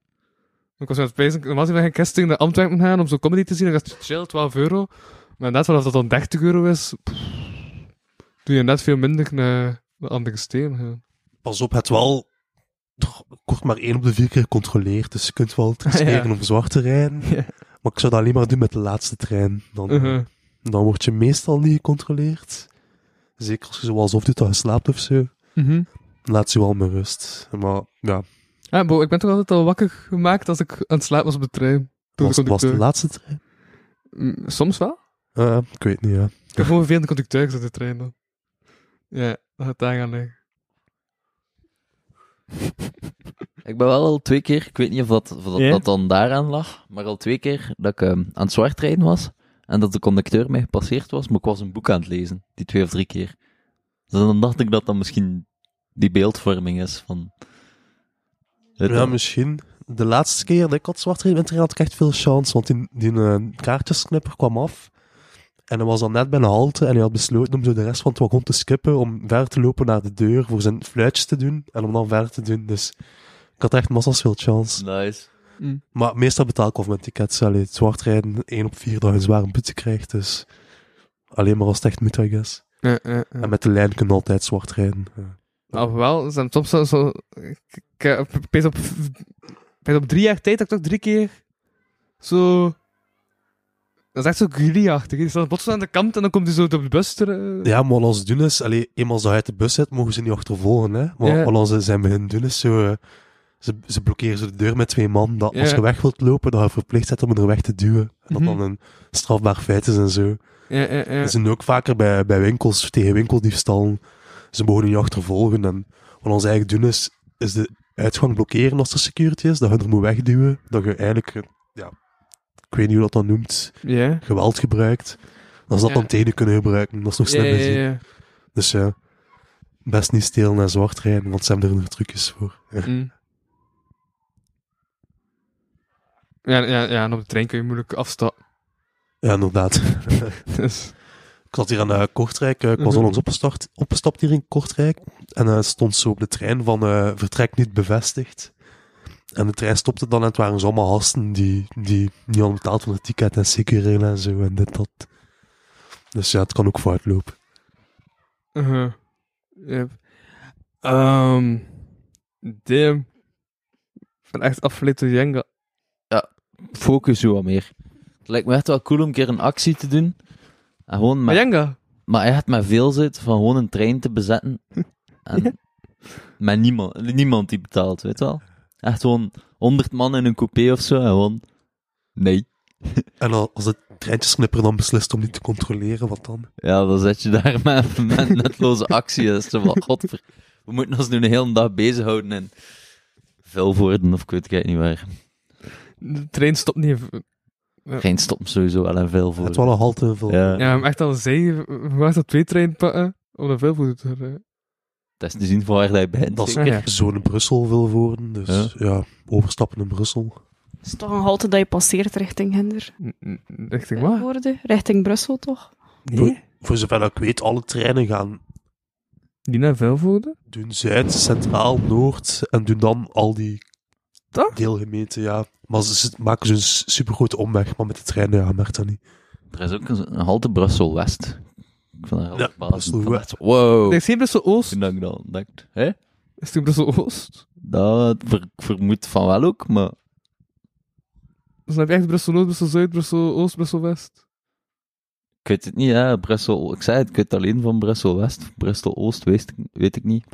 B: Ik was net bezig, normaal zijn we geen casting naar Antwerpen gaan om zo'n comedy te zien. Dan is het chill, 12 euro. Maar inderdaad, vanaf dat dan 30 euro is, pff, doe je inderdaad veel minder naar de andere steen gaan.
E: Pas op, het wel toch kort maar één op de vier keer controleert. Dus je kunt wel het
B: Ah, ja.
E: riskeren om zwart te rijden.
B: Ja.
E: Maar ik zou dat alleen maar doen met de laatste trein. Dan,
B: Uh-huh.
E: dan word je meestal niet gecontroleerd. Zeker als je zo alsof doet dat je slaapt of zo.
B: Mhm.
E: Laat ze wel met rust. Maar ja,
B: Ah, bo, ik ben toch altijd al wakker gemaakt als ik aan het slapen was op de trein. Door
E: was,
B: de
E: was de
B: conducteur.
E: laatste trein?
B: Mm, Soms wel.
E: Eh, ik weet niet, ja.
B: Ik heb gewoon vervelende conducteurs op de trein dan. Ja, dat gaat daar gaan liggen.
C: Ik ben wel al twee keer, ik weet niet of dat, of dat,
B: Ja?
C: dat dan daaraan lag, maar al twee keer dat ik ehm, aan het zwart rijden was en dat de conducteur mij gepasseerd was, maar ik was een boek aan het lezen, die twee of drie keer. Dus dan dacht ik dat dat misschien die beeldvorming is van... Weet
E: Ja,
C: dat?
E: misschien. De laatste keer dat ik had zwart gereden met de trein had ik echt veel chance, want die, die eh, kaartjesknipper kwam af. En hij was dan net bij een halte en hij had besloten om zo de rest van het wagon te skippen, om verder te lopen naar de deur voor zijn fluitjes te doen en om dan verder te doen. Dus ik had echt massas veel chance.
C: Nice.
E: Maar meestal betaal ik of mijn tickets. Allee, het zwart rijden, 1 op 4 dat je een zware boete krijgt, dus alleen maar als het echt moet, I guess.
B: Ja, ja, ja.
E: En met de lijn kun je altijd zwart rijden. ja.
B: Alhoewel, Ah, ze hebben soms zo... zo ik, ik heb opeens op, opeens op drie jaar tijd dat ik toch drie keer zo... Dat is echt zo gully-achtig. Die staat bots aan de kant en dan komt hij zo op de bus ter... eh,
E: Ja, maar wat ons doen is, allee, eenmaal als hij uit de bus zit, mogen ze niet achtervolgen. Hè? Maar
B: Ja.
E: wat ons zijn we hun doen is zo, eh, ze, ze blokkeren zo de deur met twee man. Dat als
B: Ja.
E: je weg wilt lopen, dat je verplicht bent om er weg te duwen. En dat
B: Mhm.
E: dan een strafbaar feit is en zo.
B: Ja, ja, ja.
E: Ze doen ook vaker bij, bij winkels, tegen winkeldiefstallen. Ze mogen je niet achtervolgen. En wat ons eigenlijk doen is, is de uitgang blokkeren als er security is. Dat je er moet wegduwen. Dat je eigenlijk, eh, ja, ik weet niet hoe dat dan noemt,
B: Ja.
E: geweld gebruikt. Als ze dat
B: Ja.
E: dan tegen je kunnen gebruiken, dat is nog
B: Ja,
E: slim
B: ja,
E: in zien.
B: ja, ja.
E: Dus ja, best niet stil naar zwart rijden, want ze hebben er nog trucjes voor. Ja.
B: Mm. Ja, ja, ja, en op de trein kun je moeilijk afstappen.
E: Ja, inderdaad.
B: Dus,
E: ik zat hier aan eh, Kortrijk, eh, ik was
B: Mhm.
E: onlangs opgestapt, opgestapt hier in Kortrijk. En eh, stond zo op de trein van eh, vertrek niet bevestigd. En de trein stopte dan en het waren zo allemaal gasten die, die niet hadden betaald van het ticket en CQ-regelen en zo en dit, dat. Dus ja, het kan ook fout lopen.
B: uh-huh. Yep. Ehm, damn. Ik ben echt afgeleid door Jenga.
C: Focus je wat meer. Het lijkt me echt wel cool om een keer een actie te doen. En gewoon
B: Maar
C: met,
B: Ah, Jenga?
C: maar echt met veel zit van gewoon een trein te bezetten. En Met niemand, niemand die betaalt, weet je wel. Echt gewoon 100 man in een coupé of zo en gewoon... Nee.
E: En al- als de treintjesknipper dan beslist om niet te controleren, wat dan?
C: Ja, dan zet je daar met, met netloze actie. Dat is zo van, godver... We moeten ons nu een hele dag bezighouden in Vilvoorden of ik weet het niet waar.
B: De trein stopt niet. in-
C: Geen stop sowieso wel in
E: Het is
C: Vilvoorden.
E: wel een halte vol.
C: Ja.
B: Ja, maar echt al zei, we waren dat twee trein pakken om naar Velvoorde te rijden.
C: Dat is te zien van waar hij bent.
E: Dat is
C: zeker.
B: Ja.
E: zo'n in Brussel wil worden. Dus ja, overstappen in Brussel.
D: Het is toch een halte dat je passeert richting Hinder.
B: N- n- Richting waar?
D: Woorden? Richting Brussel, toch?
B: Nee.
E: Voor zover dat ik weet, alle treinen gaan
B: Die naar Velvoorde?
E: doen Zuid, Centraal, Noord en doen dan al die
B: Toch?
E: deelgemeenten, ja. Maar ze ze maken zo'n supergrote omweg, maar met de treinen, ja, merkt dat niet.
C: Er is ook een, een halte Brussel-West. Van een halte
E: Ja, Brussel-West.
C: Wow.
B: Er is geen Brussel-Oost.
C: Toen dat ik dat ontdekte. Hè?
B: Is toen Brussel-Oost?
C: Dat ver- ik vermoed van wel ook, maar...
B: Dus dan heb je echt Brussel-Noord, Brussel-Zuid, Brussel-Oost, Brussel-West.
C: Ik weet het niet, hè. Brussel... Ik zei het, ik weet alleen van Brussel-West. Brussel-Oost weet, ik- weet ik niet.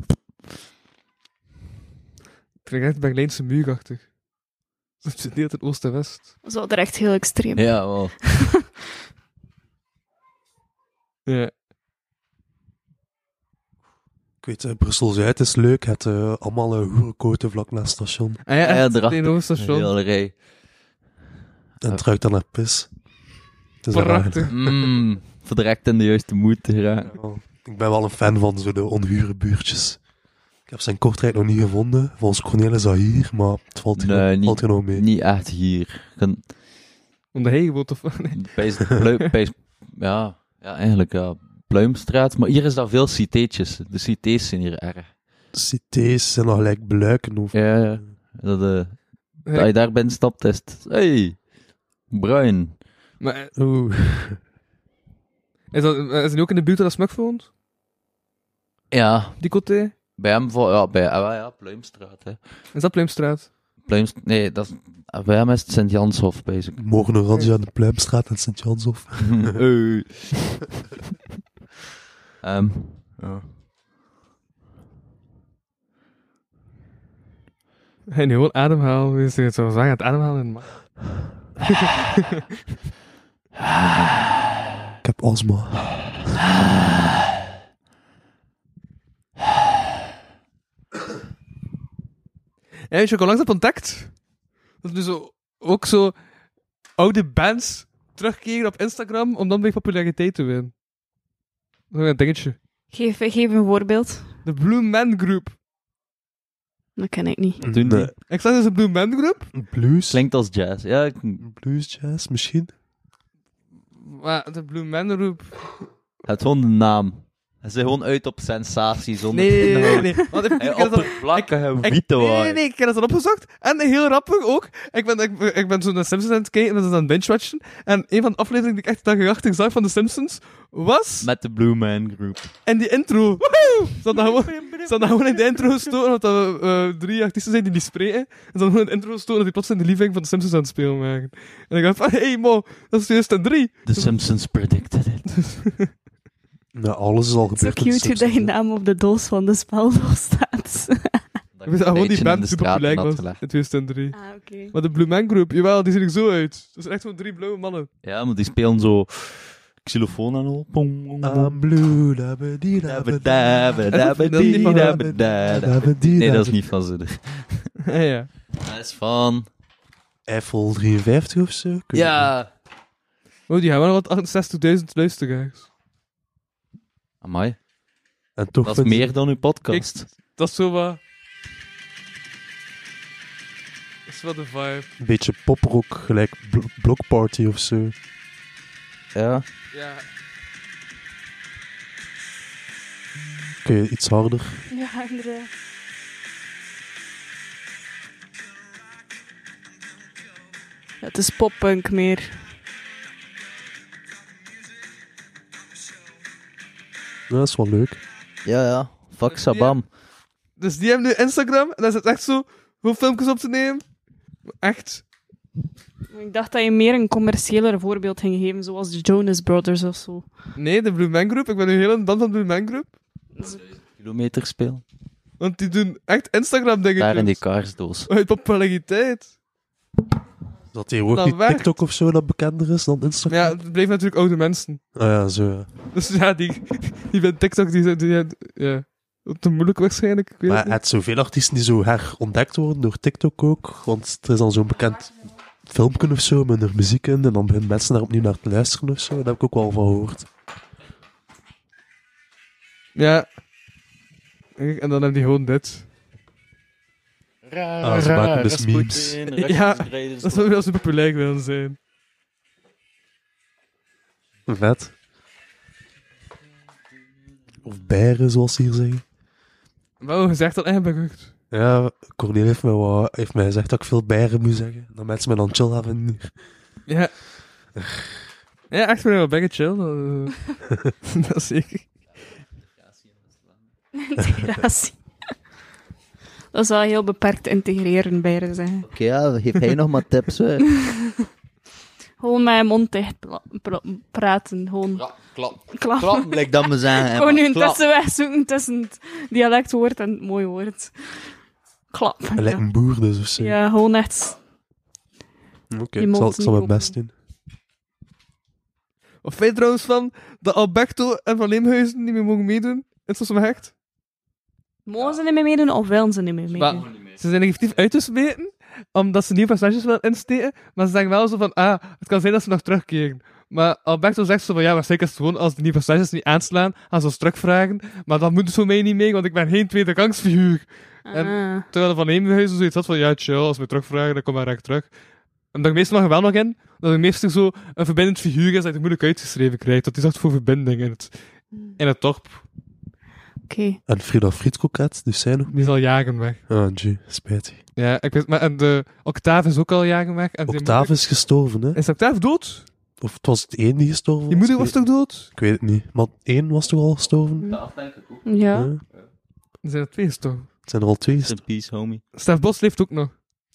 B: Het klinkt echt Berlijnse muurachtig. Het zit niet in Oost en West.
D: Dat is wel echt heel extreem.
C: Ja, wel.
B: Ja. Ah
E: Ik weet, eh, Brussel-Zuid is leuk. Het eh, allemaal eh, hoerenkoten vlak naast het station.
B: En ja,
C: Ja,
B: echt,
C: erachter.
B: tegenoverstation.
C: Hele rij.
E: En het ruikt dan naar pis. Het is
B: Prachtig.
C: Mm, verdrakt in de juiste moed te geraken.
E: raar. Ja, ik ben wel een fan van zo de onhure buurtjes. Ik heb zijn kortrijk nog niet gevonden. Volgens Cornelis is dat hier, maar het valt hier,
C: Nee, niet-
E: valt hier nog mee.
C: Niet echt hier. Ik kan-
B: Omdat hij gewoon of... Nee.
C: Pijs, Plui- Pijs- ja, ja, eigenlijk ja. Pluimstraat. Maar hier is daar veel citéetjes. De cité's zijn hier erg.
E: Cité's zijn nog gelijk bluiken over.
C: Ja, ja. Dat, eh, als je daar bent, stapt, is het... Hey, Bruin.
B: Maar eh,
E: Oeh.
B: is, dat, eh, is hij ook in de buurt waar dat Smuk woont?
C: Ja,
B: Die coté?
C: bij hem... voor- Ja, bij, ah, wel, ja Pluimstraat, hè.
B: Is dat Pluimstraat?
C: Pluims, nee, dat, is- ah, bij hem is het Sint-Janshof, bezig.
E: Morgen een randje aan de Pluimstraat en Sint-Janshof.
C: Ehm, ja.
B: En gewoon ademhalen. Is hij zo zwaar aan het ademhalen? in de maag.
E: Ik heb astma.
B: Ja, weet je, ik al langs heb ontdekt. Dat nu zo, ook zo oude bands terugkeren op Instagram om dan weer populariteit te winnen. Dat is een dingetje.
D: Geef, geef een voorbeeld.
B: De Blue Man Group.
D: Dat ken ik niet.
C: doen die?
B: Ik zag dus de Blue Man Group,
E: Nee, Blues.
C: Klinkt als jazz. Ja, ik,
E: Blues jazz misschien.
B: maar de Blue Man Group...
C: het is gewoon de naam. Hij is gewoon uit op sensatie zonder
B: Nee, nee, nee,
C: inhoud.
B: nee. nee. Want ik, ik,
C: Hey,
B: heb dat dan-
C: oppervlakkige
B: ik-
C: witte
B: nee, nee,
C: waar.
B: nee, ik heb dat dan opgezocht. En heel rappig ook. Ik ben, ik, ik ben zo naar Simpsons aan het kijken en dat is aan het binge-watchen. En een van de afleveringen die ik echt dagenachtig zag van de Simpsons was...
C: Met de Blue Man Group.
B: En die intro. Woehoe! Ze hadden gewoon, ze hadden gewoon in de intro gestoken, omdat dat eh, drie artiesten zijn die niet spreken. En ze hadden gewoon in de intro gestoken dat die plots in de living van de Simpsons aan het spelen waren. En ik dacht van, hey mo, dat is 2003.
C: The Simpsons predicted it.
E: Ja, alles is al
D: Het is zo
E: gebeurd. in de
D: cute hoe dat je
E: Simpsons, hè.
D: naam op de doos van de speldoos staat.
B: Ik wist gewoon die band super
C: gelijk
B: populair was in 2003.
D: ah, oké.
B: Maar de Blue Man Group, jawel, die zien er zo uit. Dat zijn echt zo'n drie blauwe mannen.
C: Ja, maar die spelen zo... Xylofoon en al. Pong, pong, pong.
E: I'm blue, dabba dee, dabba
C: Dabba,
E: da.
C: dabba,
B: Dat
C: dabba,
B: is niet
C: dee,
B: van-
C: dabba, da, da.
E: Dabba dee,
C: Nee, dat
E: dabba.
C: is niet van ze.
B: ja, ja.
C: Dat is van...
E: Eiffel 53 of zo? Ik weet het
C: Ja.
B: Oh, die hebben wel wat 68.000 luisteraars.
C: Amai.
E: niet. En toch
C: Dat is
E: vind je-
C: meer dan uw podcast.
B: Dat is zo wat... Dat is wel de vibe.
E: Een beetje poprock, gelijk bl- Block Party of zo.
C: Ja.
B: Ja.
E: Oké, iets harder.
D: Ja, inderdaad. Ja, het is poppunk meer.
E: Ja, dat is wel leuk.
C: Ja, ja. Fuck Sabam.
B: Dus die hebben nu Instagram en daar zit echt zo gewoon filmpjes op te nemen. Echt.
D: Ik dacht dat je meer een commerciëler voorbeeld ging geven, zoals de Jonas Brothers of zo.
B: Nee, de Blue Man Group. Ik ben nu heel in het band van de Blue Man Group.
C: Kilometer speel.
B: Want die doen echt Instagram
C: Daar in die
B: dingetjes.
C: kaarsdoos.
B: Uit populariteit.
E: Is Dat hier ook
B: Dat
E: niet
B: werkt.
E: TikTok of zo dat bekender is dan
B: Maar ja,
E: Instagram?
B: het bleef natuurlijk oude mensen.
E: Ah ja, zo ja.
B: Dus ja, die, die bij TikTok, die zijn... die- ja, te moeilijk waarschijnlijk. Ik weet het
E: Maar
B: niet.
E: het zoveel artiesten die zo herontdekt worden door TikTok ook. Want er is dan zo'n bekend filmpje of zo met er muziek in. En dan beginnen mensen daar opnieuw naar te luisteren of zo. Daar heb ik ook wel van gehoord.
B: Ja. Kijk, En dan heb je gewoon dit.
F: Ra,
E: Ah, ze maken dus memes.
B: Ja, Dat zou wel zo populair willen zijn.
E: Vet. Of beren, zoals ze hier zeggen.
B: Wel gezegd eh, dat ingebukt.
E: Ja, Cornel heeft mij, wa- heeft mij gezegd dat ik veel beren moet zeggen. Dat mensen mij dan chill hebben hier.
B: Ja. Ja, echt wel een chill. Dat, eh, dat zeker.
D: Integratie. Dat is wel heel beperkt integreren bij zijn.
C: Oké, ja, geef hij nog maar tips. hè.
D: Gewoon met je mond dicht pla- pra- praten. Gewoon
F: Ra, klap.
D: klappen.
F: Klap.
C: Gelijk dat me zeggen. hè,
D: Gewoon nu
C: maar
D: een
C: klap.
D: tussenweg zoeken tussen het dialectwoord en het mooie woord. Klap.
E: En lijkt
D: Ja.
E: een boer dus of zo.
D: Ja, gewoon echt.
E: Oké,
D: je
E: ik zal,
D: mond
E: ik zal mijn
D: niet
E: best doen.
B: Of vind je trouwens van dat Alberto en Van Leemhuizen niet meer mogen meedoen? Het was hem hecht.
D: Mogen ze niet meer meedoen of willen ze niet meer meedoen?
B: Maar ze zijn effectief uit te smeten, omdat ze nieuwe personages willen insteken, maar ze zeggen wel zo van, ah, het kan zijn dat ze nog terugkeren. Maar Alberto zegt zo van, ja, maar zeker is het gewoon als die nieuwe personages niet aanslaan, gaan ze ons terugvragen, maar dat moeten ze voor mij niet mee, want ik ben geen tweede kansfiguur. En-
F: Ehm.
D: Ah.
B: Terwijl Van Eemhuizen zoiets had van, ja, chill, als we mij terugvragen, dan kom maar direct terug. En dat meestal nog wel nog in, dat er meestal zo een verbindend figuur is dat je moeilijk uitgeschreven krijgt. Dat is echt voor verbinding in het, in het dorp.
D: Oké.
E: En Frida Frietkoket, dus zij nog.
B: Die is al jagen weg.
E: Ah, gee, spijtig.
B: Ja, ik weet, maar en de Octave is ook al jagen weg. En zijn
E: Octave is gestorven, hè?
B: moeder- Is Octave dood?
E: Of het was het één die gestorven
B: Je
E: was?
B: moeder was
E: Ik weet-
B: toch dood?
E: Ik weet het niet. Maar één was toch al gestorven?
D: Ja.
E: Ja.
B: Er zijn er twee gestorven.
E: Het zijn er al twee
C: Rest in
E: gestorven.
C: peace, homie.
B: Stef Bos leeft ook nog.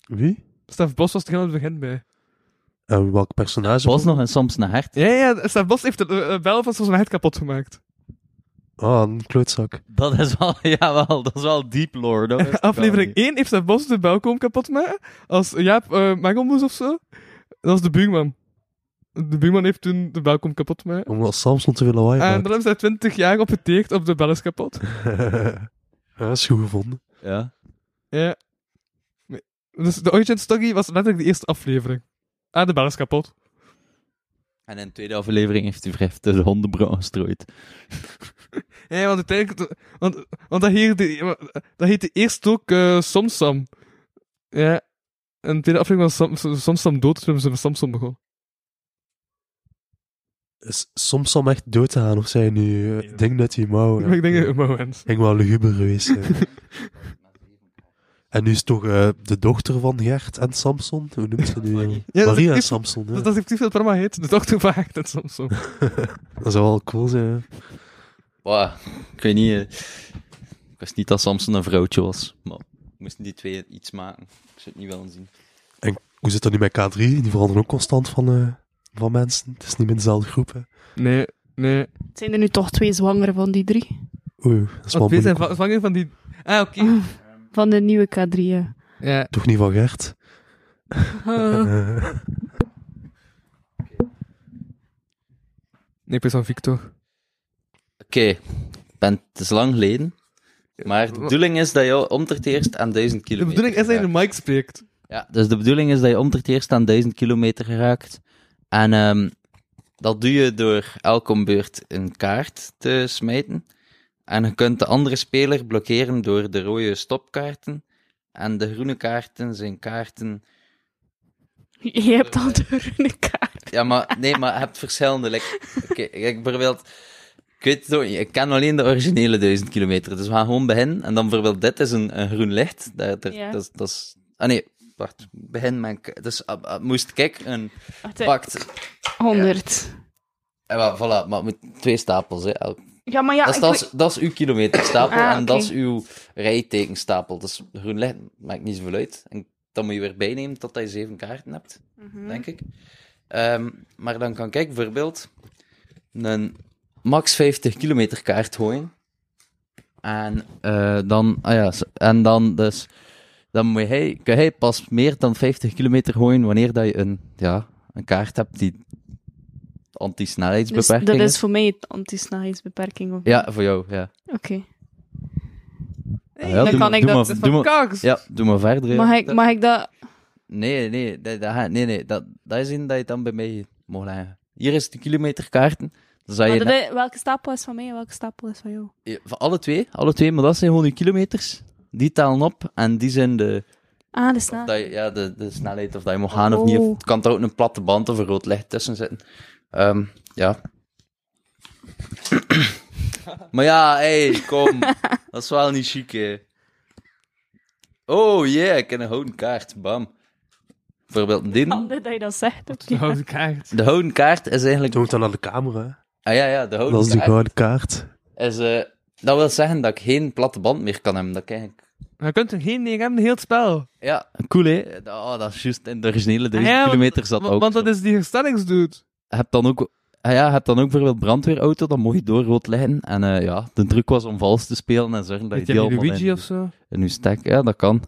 E: Wie?
B: Stef Bos was er helemaal aan het begin bij.
E: En welk personage?
C: Bos nog en soms naar hart.
B: Ja, ja, Stef Bos heeft de eh, bel van zijn hart kapot gemaakt.
E: Ah, een klootzak.
C: Dat is wel, jawel, dat is wel deep lore. dat wist ik wel
B: Aflevering
C: niet.
B: 1 heeft Stef Bos de bel komen kapot maken. Als Jaap uh, Mengelmoes of zo. Dat was de buurman. De buurman heeft toen de bel komen kapot maken.
E: Omdat Samson te veel lawaai
B: En
E: maakt.
B: dan hebben ze daar 20 jaar op geteerd op de bel is kapot.
E: Ja, dat is goed gevonden.
C: Ja.
B: Ja. Nee. Dus de origin story was letterlijk de eerste aflevering. Ah, de bel is kapot.
C: En in de tweede aflevering heeft hij vrij de hondenbrouw gestrooid.
B: Ja, want uiteindelijk... Want, want dat, hier de, dat heette eerst ook eh Somsam. Ja. En de tweede aflevering was Sam- Somsam dood toen ze met Samsung begon.
E: Is soms al echt dood te gaan, of zijn nu... eh, Ik denk dat hij mouw...
B: Maar ik denk dat het maar wens.
E: Ging wel luguber geweest zijn. En nu is toch eh, de dochter van Gert en Samson? Hoe noemt ze nu?
B: dat is
E: Maria en
B: echt-
E: Samson, ja.
B: Dus Dat is effectief wat het programma heet. De dochter van Hecht en Samsung.
E: Dat zou wel cool zijn, hè.
C: Wow, ik weet niet. eh, ik wist niet dat Samson een vrouwtje was. Maar moesten die twee iets maken? Ik zou het niet willen zien.
E: Hoe zit dat nu met K3? Die veranderen ook constant van, eh, van mensen. Het is niet meer dezelfde groep, hè.
B: Nee, nee.
D: Zijn er nu toch twee zwangeren van die drie?
E: Oei, dat is wel
B: Want we zijn
E: moeilijk.
B: va- zwanger van die... Ah, oké.
D: Van de nieuwe K3. ja.
B: Ja.
E: Toch niet van Gert?
D: Ah.
E: Eh,
B: Nee, ik ben van Victor.
C: Oké, ben, het is lang geleden. Maar de bedoeling is dat je omtrent eerst aan 1000
B: De
C: kilometer
B: bedoeling is dat je
C: geraakt.
B: de mic spreekt.
C: Ja, dus de bedoeling is dat je omtrent eerst aan 1000 kilometer geraakt. En ehm, dat doe je door elke ombeurt een kaart te smijten. En je kunt de andere speler blokkeren door de rode stopkaarten. En de groene kaarten zijn kaarten
D: Je hebt al de rune kaart.
C: Ja, maar nee, maar je hebt verschillende. Like, oké, kijk, bijvoorbeeld, ik weet het ook niet, ik ken alleen de originele 1000 kilometer. Dus we gaan gewoon beginnen. En dan bijvoorbeeld, dit is een, een groen licht. Dat, dat,
D: Ja.
C: dat, is- dat is. Ah nee, wacht. Begin met. een k- Dus ah, ah, moest ik een
D: Wacht, hè.
C: pakt.
D: 100.
C: En wel, voilà, maar met twee stapels. Hè. elk.
D: Ja, maar ja,
C: dat, is,
D: ik
C: dat,
D: weet-
C: is, dat is uw kilometerstapel
D: Ah,
C: en
D: oké.
C: dat is uw rijtekenstapel. Dus groen licht maakt niet zoveel uit. En dan moet je weer bijnemen totdat je zeven kaarten hebt.
D: Mhm.
C: denk ik. Ehm, maar dan kan ik bijvoorbeeld een max 50 kilometer kaart gooien. En, eh, dan, ah ja, s- en dan dus... Dan moet hij, kan hij pas meer dan 50 kilometer gooien wanneer dat je een, ja, een kaart hebt die
D: Dus
C: anti-snelheidsbeperking
D: dat
C: is.
D: is voor mij het antisnelheidsbeperking. of-
C: Ja, voor jou, ja.
D: Oké.
C: Ah, ja,
D: dan kan
C: doe maar-
D: ik
C: doe
D: dat
C: maar-
D: van
C: doe maar-
D: Kaks.
C: Ja, doe maar verder. ja.
D: Mag, ik,
C: Dat-
D: mag ik dat...
C: Nee, nee, dat, dat, gaat- nee, nee dat, dat is in dat je het dan bij mij mag leggen. Hier is de kilometerkaarten. Dan zou
D: Maar
C: je
D: dat is- welke stapel is van mij en welke stapel is van jou?
C: Ja, Van alle twee, alle twee, maar dat zijn gewoon je kilometers. Die talen op en die zijn de,
D: Ah, de
C: of
D: snaar.
C: dat je- ja, de, de snelheid of dat je mag gaan of niet.
D: Oh.
C: Of Het kan er ook een platte band of een rood licht tussen zitten. Ehm, ja. maar ja, hé, hey, kom. dat is wel niet chic, hè. Oh yeah, ik ken een houten kaart. Bam. Bijvoorbeeld
D: Handig
C: dit.
D: dat je dat zegt. ook, ja.
B: Nou, de kaart.
C: De houten kaart is eigenlijk...
E: Je moet dan naar de camera. hè.
C: Ah ja, ja, de houten
E: Dat is de
C: kaart
E: gouden kaart.
C: is... eh, dat wil zeggen dat ik geen platte band meer kan hebben. Dat ik eigenlijk
B: Je kunt er geen ding hebben, heel het spel.
C: Ja, cool hè. Oh, dat is juist in de originele 30
B: Ah, ja, want-
C: kilometer zat
B: Wa-
C: ook.
B: Want dat
C: zo.
B: is die herstellingsdude.
C: Heb dan ook, ah ja, heb dan ook bijvoorbeeld brandweerauto, dan mocht je door rood liggen. En eh, ja, de truc was om vals te spelen en zorgen dat je
B: Heet
C: die
B: jij
C: allemaal
B: Luigi
C: in,
B: of zo?
C: in je stek... Ja, dat kan.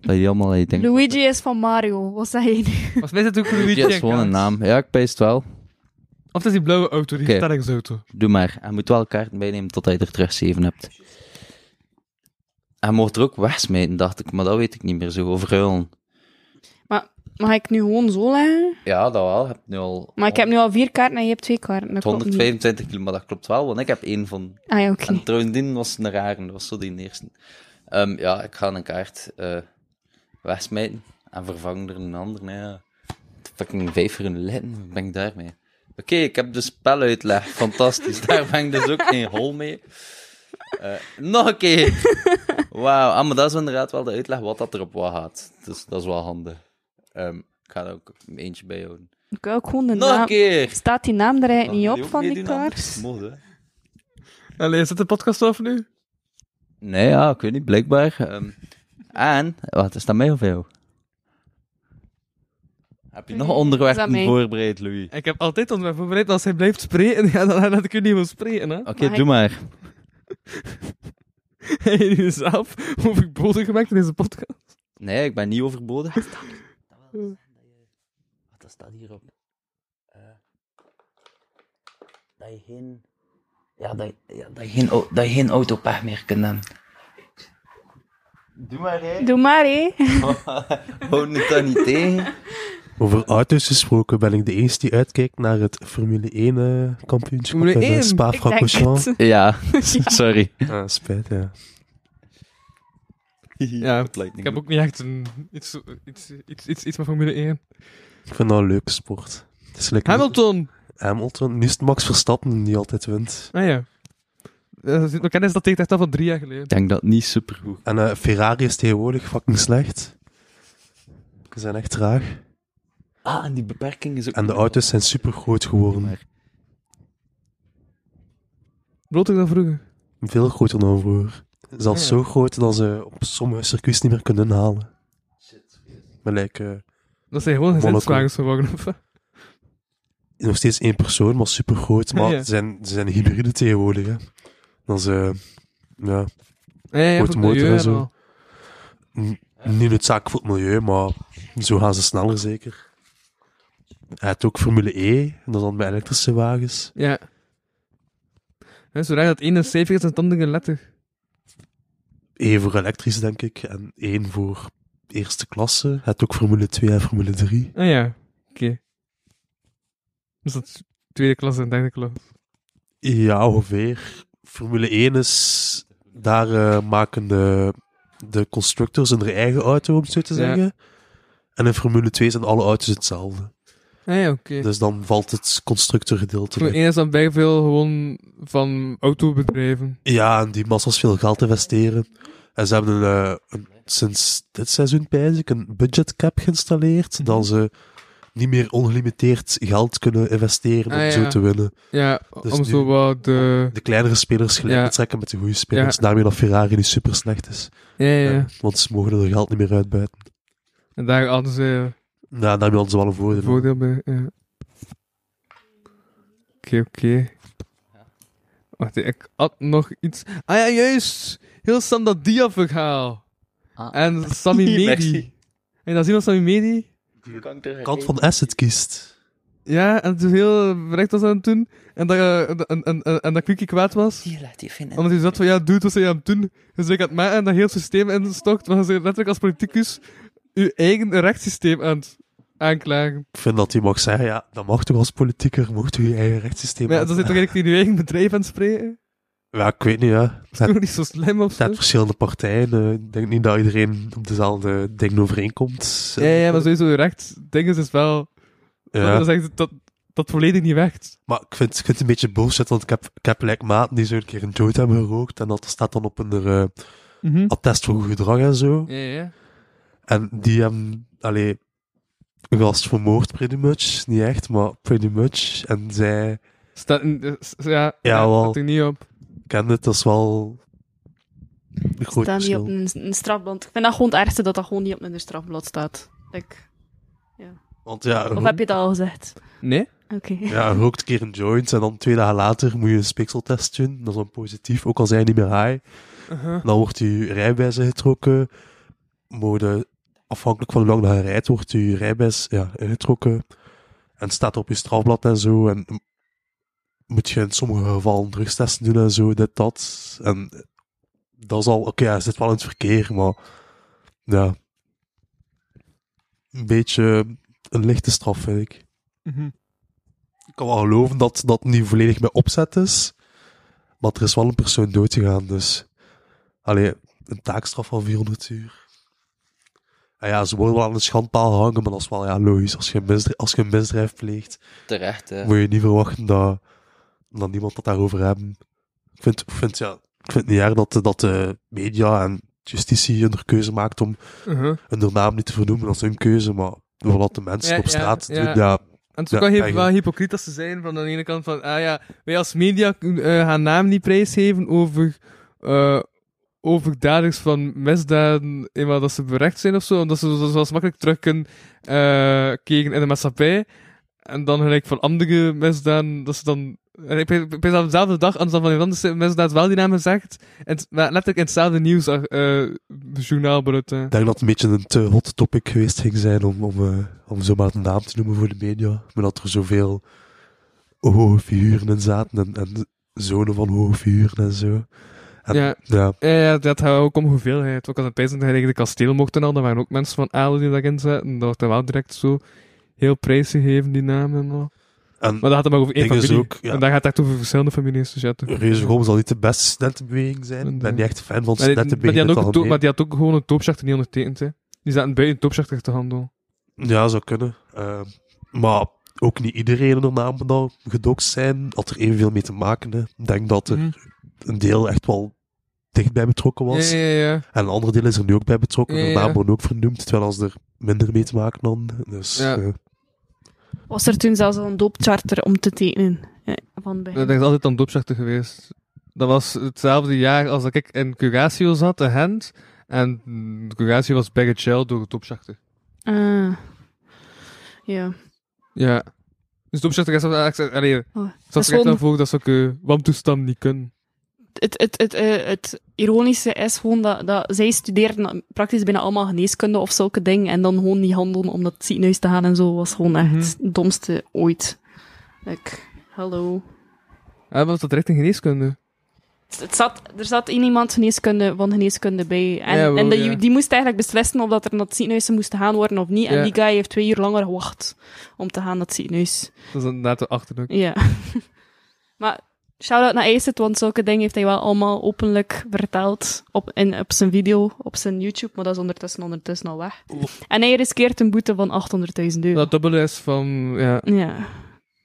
C: Dat je die allemaal in je ding...
D: Luigi is van Mario. Wat zei je nu?
B: Volgens mij is het ook Luigi.
C: Luigi is gewoon
B: kaart.
C: een naam. Ja, ik peest wel.
B: Of het is die blauwe auto, die
C: Oké.
B: herstellingsauto.
C: Doe maar. Hij moet wel kaarten meenemen tot hij er terug 7 hebt. Hij mocht er ook wegsmijten, dacht ik. Maar dat weet ik niet meer zo. Of ruilen.
D: Mag ik nu gewoon zo leggen?
C: Ja, dat wel. Ik heb nu al...
D: Maar ik heb nu al vier kaarten en je hebt twee kaarten. Dat klopt niet.
C: 125 kilo, maar dat klopt wel, want ik heb één van
D: Ah ja, oké.
C: En trouwens, die was een rare, dat was zo die eerste. Ehm, ja, ik ga een kaart eh wegsmijten en vervangen er een ander. Nee, ja. Fucking vijf voor een lid, wat ben ik daarmee? Oké, ik heb de speluitleg, fantastisch. Daar ben ik dus ook geen hol mee. Eh, nog een keer. Wauw, ah, maar dat is inderdaad wel de uitleg wat dat er op wat gaat. Dus dat is wel handig. Ehm, ik ga er ook eentje bij houden.
D: Ik wil ook gewoon de
C: Nog een
D: naam...
C: keer!
D: Staat die naam er eigenlijk
C: Dan
D: niet
C: wil
D: op
C: je Oh, ook
D: van die
C: meedoen, anders
D: kaart?
C: mocht, hè.
B: Allee, is dat de podcast af nu?
C: Nee, ja, ik weet niet, blijkbaar. Ehm, en, wat is dat mij of jou? Heb je nog
D: Nee, is dat
C: onderwerpen
D: mij?
C: voorbereid, Louis?
B: Ik heb altijd ons voorbereid. Als hij blijft spreken, ja, dan laat ik u niet meer spreken. Hè?
C: Oké,
D: Maar
C: doe maar.
B: En nu zelf hoef ik boden gemaakt in deze podcast.
C: Nee, ik ben niet overbodig. Wat staat hierop? Eh, dat je geen... Ja, dat, ja, dat, je geen, au- dat je geen autopech meer kunt hebben. Doe maar, hè.
D: Doe maar, hé.
C: Houd het dan niet tegen.
E: Over auto's gesproken ben ik de eerste die uitkijkt naar het Formule 1 eh, kampioenschap.
B: Formule
E: in, eh,
B: 1?
D: Ik denk
E: Spa-Francorchamps.
D: het.
C: Ja,
D: Ja.
C: sorry.
E: Ah, spijt, ja.
B: Ja, Ik heb ook niet echt een, iets, iets, iets, iets, iets met Formule 1.
E: Ik vind dat een leuke sport. Het is lekker.
B: Hamilton!
E: Hamilton. Nu is het Max Verstappen die altijd wint.
B: Ah ja. Eh, We kennen dat tegen echt al van drie jaar geleden.
C: Ik denk dat het niet supergoed.
E: En eh, Ferrari is tegenwoordig fucking slecht. Ze zijn echt traag.
C: Ah, en die beperking is ook...
E: En de auto's zijn super groot geworden.
B: Bloot ik dat vroeger?
E: Veel groter dan vroeger. Zelfs
B: Ja.
E: zo groot dat ze op sommige circuits niet meer kunnen inhalen. Maar lijkt eh,
B: Dat zijn gewoon
E: Monaco.
B: gezinswagens geworden. of wat?
E: eh, nog steeds één persoon, maar super groot. Maar
B: Ja.
E: ze, zijn, ze zijn hybride tegenwoordig. Hè. Dat is eh, ja,
B: Ah, ja, ja,
E: Wordt
B: voor het
E: motor en
B: milieu
E: zo.
B: al.
E: niet noodzakelijk voor het milieu, maar zo gaan ze sneller zeker. Hij had ook Formule E, en dat is dan bij elektrische wagens.
B: Ja. ja. Zolang dat 71 is en het andere een letter.
E: E voor elektrisch, denk ik, en één voor eerste klasse. Hij had ook Formule 2 en Formule 3.
B: Ah ja, oké. Dus dat is tweede klasse en derde klas.
E: Ja, ongeveer. Formule 1 is... Daar eh, maken de, de constructors hun eigen auto, om het zo te
B: Ja.
E: zeggen. En in Formule 2 zijn alle auto's hetzelfde.
B: Ah ja, oké.
E: Dus dan valt het constructorgedeelte
B: Formule
E: weg.
B: 1 is dan bij veel gewoon van autobedrijven.
E: Ja, en die massa's veel geld investeren. En ze hebben een, eh, een- sinds dit seizoen, pijs ik, een budgetcap
B: Mhm.
E: geïnstalleerd. Dat ze niet meer ongelimiteerd geld kunnen investeren om
B: Ah,
E: zo
B: ja.
E: te winnen.
B: Ja,
E: Dus
B: om
E: nu-
B: zo wat eh, de...
E: De kleinere spelers gelijk
B: Ja.
E: te trekken met de goede spelers. Daarmee dat Ferrari nu super slecht is.
B: Ja, ja,
E: Ja,
B: ja.
E: Want ze mogen er geld niet meer uitbuiten.
B: En daar hadden ze
E: Nou, daar hebben ze wel een voordeel.
B: eh, voordeel bij. ja. Oké, oké. Wacht, ik had nog iets... Ah ja, juist! Heel Sam dat Dia-verhaal.
C: Ah.
B: En Sammy Medi.
C: Merci.
B: En dan zien we Sammy Medi.
E: kant van asset kiest.
B: Ja, en toen heel berecht was aan het doen. En dat, eh, en, en, en, en, dat Quickie kwaad was.
C: Hier, laat die vinden.
B: Omdat hij zat van, ja, doet wat ze aan het doen. Dus ik aan het maken en dat heel systeem instort. Maar ze zijn letterlijk als politicus je eigen rechtssysteem aan het aanklagen.
E: Ik vind dat hij mag zeggen, ja, dat mag toch als politieker, mocht u je eigen rechtssysteem
B: Maar ja,
E: hebben.
B: dan zit toch eigenlijk niet in je eigen bedrijf aan het spreken?
E: Ja, ik weet niet, ja.
B: Dat is toch niet zo slim of
E: Het
B: zo?
E: zijn verschillende partijen. eh, ik denk niet dat iedereen op dezelfde dingen overeenkomt.
B: Ja, ja, maar sowieso recht. Dinges is dus wel...
E: Ja.
B: Dat, is echt, dat, dat volledig niet weg.
E: Maar ik vind, ik vind het een beetje bullshit, want ik heb, ik heb like, maten die zo een keer een joint hebben gerookt. En dat staat dan op een eh,
B: Mhm.
E: attest voor goed gedrag en zo.
B: Hm. Ja, ja.
E: En die hebben, allee, een gast vermoord, pretty much. Niet echt, maar pretty much. En zij
B: Staat, in- eh, s- ja, ja,
E: wel.
B: staat er niet op.
E: kende het, dat is wel een groot
D: Staan niet
E: verschil.
D: op een, een strafblad. Ik vind dat gewoon het ergste dat dat gewoon niet op een strafblad staat. Ik-
E: Want ja,
D: Of
E: rook-
D: heb je dat al gezegd?
B: Nee?
D: Oké.
E: ja, rookt een keer een joint en dan twee dagen later moet je een spikseltest doen. Dat is dan positief, ook al zijn je niet meer high. Dan wordt je rijbewijs ingetrokken. Mode, afhankelijk van hoe lang dat je rijdt, wordt je rijbewijs ja, ingetrokken. En staat op je strafblad en zo. En m- moet je in sommige gevallen drugstesten doen en zo, dit, dat. En dat is al... Oké, ja, je zit wel in het verkeer, maar... Ja. Een beetje een lichte straf, vind ik. Ik kan wel geloven dat dat niet volledig bij opzet is. Maar er is wel een persoon doodgegaan, dus... Allee, een taakstraf van 400 uur. En ja, ze worden wel aan een schandpaal hangen, maar dat is wel ja, logisch. Als je, een misdrijf, als je een misdrijf pleegt,
G: Terecht, hè.
E: moet je niet verwachten dat, dat niemand het daarover hebben. Ik vind, ik vind, ja, ik vind het niet erg dat, de- dat de media en justitie hun keuze maakt om
B: Uh-huh.
E: hun naam niet te vernoemen. Dat is hun keuze, maar wat de mensen
B: Ja,
E: op
B: ja,
E: straat
B: ja.
E: doen, ja,
B: En het is
E: Ja,
B: ook wel, heel,
E: eigenlijk.
B: wel hypocriet als ze zijn van aan de ene kant van, ah ja, wij als media eh, gaan naam niet prijsgeven over, eh over daders van misdaden, eenmaal dat ze berecht zijn of zo, omdat ze zo, zoals makkelijk terug kunnen eh, kijken in de maatschappij. En dan gelijk van andere misdaden, dat ze dan... En ik ben op dezelfde dag, anders dan van een andere misdaad, wel die naam gezegd. En het- maar letterlijk in hetzelfde nieuws, eh eh, journaal belet, eh.
E: Ik denk dat het een beetje een te hot topic geweest ging zijn om, om, eh, om zomaar een naam te noemen voor de media. Maar dat er zoveel hoge figuren in zaten en, en zonen van hoge figuren en zo. En,
B: Ja.
E: ja.
B: Ja, ja, dat gaat ook om hoeveelheid. Ook als het prijs tegen de kasteel mocht en al, dan waren ook mensen van adel die daarin zaten. Dat werd dan wel direct zo heel prijsgegeven, die namen en al.
E: En
B: Maar dat gaat het maar over één
E: Ding is
B: familie.
E: ook, ja.
B: En daar gaat het echt over verschillende families. Dus ja, toch.
E: Reuzegom zal niet de beste studentenbeweging zijn. Ik ben niet echt fan van
B: maar, die, maar, die
E: studentenbeweging.
B: had ook een to-
E: in
B: maar
E: het
B: die had ook gewoon een toopschachter niet ondertekend. Hè. Die zaten buiten een toopschachter te handelen.
E: algemeen. Ja, zou kunnen. Eh, maar ook niet iedereen in de naam nou gedokt zijn. Had er evenveel mee te maken. hè. Ik denk dat er
B: Mhm.
E: een deel echt wel dichtbij betrokken was.
B: Ja, ja, ja.
E: En een ander deel is er nu ook bij betrokken.
B: Ja,
E: De
B: ja.
E: naam wordt ook vernoemd, terwijl als er minder mee te maken dan. Dus
B: Ja.
E: eh,
D: Was er toen zelfs al een doopcharter om te tekenen? eh, van bij
B: Dat is altijd dan doopschachter geweest. Dat was hetzelfde jaar als dat ik in Curatio zat, in Gent. En mm, Curatio was bij jail door de topschachter.
D: Ah. Ja.
B: Ja. Dus de opzichter is eigenlijk... Allee,
D: Oh,
B: zoals
D: dat is
B: ik
D: gewoon-
B: dan voor dat ze ook eh wantoestand niet kunnen.
D: Het, het, het, eh, het ironische is gewoon dat, dat zij studeerden praktisch bijna allemaal geneeskunde of zulke dingen. En dan gewoon niet handelen om naar het ziekenhuis te gaan en zo was gewoon echt het domste ooit. Like, hallo.
B: Ja, was Ah, dat recht in geneeskunde?
D: Het zat, er zat één iemand geneeskunde, van geneeskunde bij. En,
B: Ja, wel,
D: en die,
B: ja.
D: die moest eigenlijk beslissen of dat er naar het ziekenhuis moest gaan worden of niet.
B: Ja.
D: En die guy heeft twee uur langer gewacht om te gaan naar het ziekenhuis.
B: Dat is inderdaad de achterhoek.
D: Ja. maar shout-out naar Acid, want zulke dingen heeft hij wel allemaal openlijk verteld op, in, op zijn video, op zijn YouTube. Maar dat is ondertussen, ondertussen al weg. En hij riskeert een boete van 800.000 euro.
B: Dat dubbele is van... Ja.
D: Ja.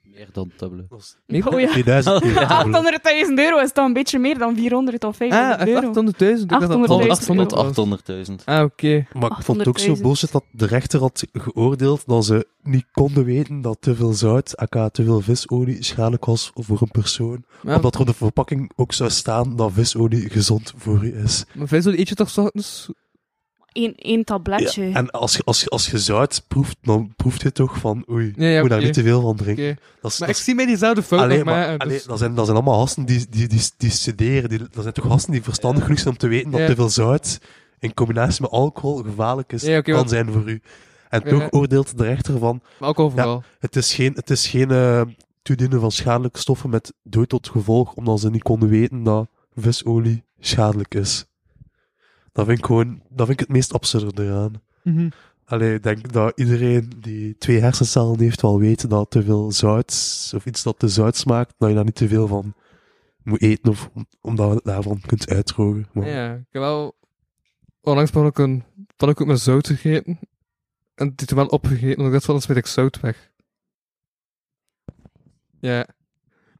C: Meer dan dubbele.
E: dat is
B: Niet
D: Oh ja.
E: 2000 keer dubbel.
D: 800.000 euro is dan een beetje meer dan 400 of 500
B: Ah, echt 800.000.
D: euro.
B: Ik dacht dat het al
D: 800.000
B: 800 was.
C: 800.000.
B: Ah, oké.
E: Maar ik vond het ook zo
D: 800.000.
E: bullshit dat de rechter had geoordeeld dat ze niet konden weten dat te veel zout, aka te veel visolie, schadelijk was voor een persoon.
B: Maar,
E: Omdat er op de verpakking ook zou staan dat visolie gezond voor je is.
B: maar vijf eet je toch 's ochtends?
D: Eén één tabletje.
E: Ja, en als je, als, je, als je zout proeft, dan proeft je toch van oei,
B: Ja, ja,
E: moet daar
B: oké.
E: niet te veel van drinken.
B: Oké.
E: Dat is,
B: Maar
E: dat
B: ik
E: is-
B: zie mij diezelfde fout
E: Allee,
B: nog
E: maar,
B: maar...
E: allee,
B: dus-
E: dat, zijn, dat zijn allemaal gasten die, die, die, die, studeren. Die, dat zijn toch gasten die verstandig genoeg zijn om te weten dat
B: Ja.
E: te veel zout in combinatie met alcohol gevaarlijk is,
B: Ja, oké,
E: kan
B: want-
E: zijn voor u. En
B: Ja,
E: toch
B: ja.
E: oordeelt de rechter van,
B: Maar ook overal.
E: het is geen, het is geen eh, toedienen van schadelijke stoffen met dood tot gevolg, omdat ze niet konden weten dat visolie schadelijk is. Dat vind ik gewoon, dat vind ik het meest absurde eraan.
B: Mhm.
E: Allee, ik denk dat iedereen die twee hersencellen heeft wel weet dat te veel zout, of iets dat te zout smaakt, dat je daar niet te veel van moet eten, of omdat je het daarvan kunt uitdrogen. Maar
B: Ja, ik heb wel onlangs ook een pannenkoek met zout gegeten. En die toen wel opgegeten, omdat ik dacht van, dan smeet ik zout weg. Ja.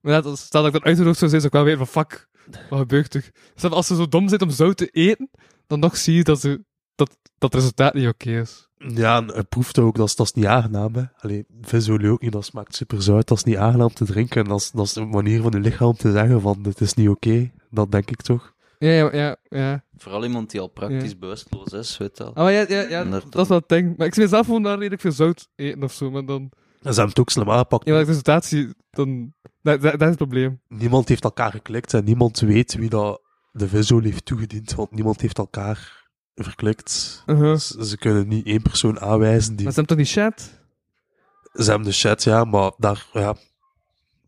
B: Maar ja, dat- stel dat ik dan uitgedroogd zou zijn, zou ik wel weten van, fuck, wat gebeurt er? Stel, als ze zo dom zijn om zout te eten, dan nog zie je dat, ze, dat, dat het resultaat niet oké is.
E: Ja, en het proeft ook, dat is, dat is niet aangenaam. Hè. Allee, visolie ook niet, dat smaakt super zout, dat is niet aangenaam te drinken. En dat is, dat is een manier van je lichaam te zeggen van, dit is niet oké. Dat denk ik toch.
B: Ja, ja, ja. ja.
C: Vooral iemand die al praktisch
B: Ja.
C: bewusteloos is, weet je wel.
B: Ah, maar ja, ja, ja
C: Inderdaad.
B: dat is wel het ding. Maar ik smeet zelf gewoon daar redelijk veel zout eten of zo, maar dan...
E: En ze hebben het ook slim aangepakt.
B: Ja, maar het resultaat zie dan... Dat, dat, dat is het probleem.
E: Niemand heeft elkaar geklikt en niemand weet wie dat de visolie heeft toegediend, want niemand heeft elkaar verklikt.
B: Uh-huh.
E: Ze, ze kunnen niet één persoon aanwijzen. Die...
B: Maar ze hebben toch niet chat?
E: Ze hebben de chat, ja, maar daar, ja...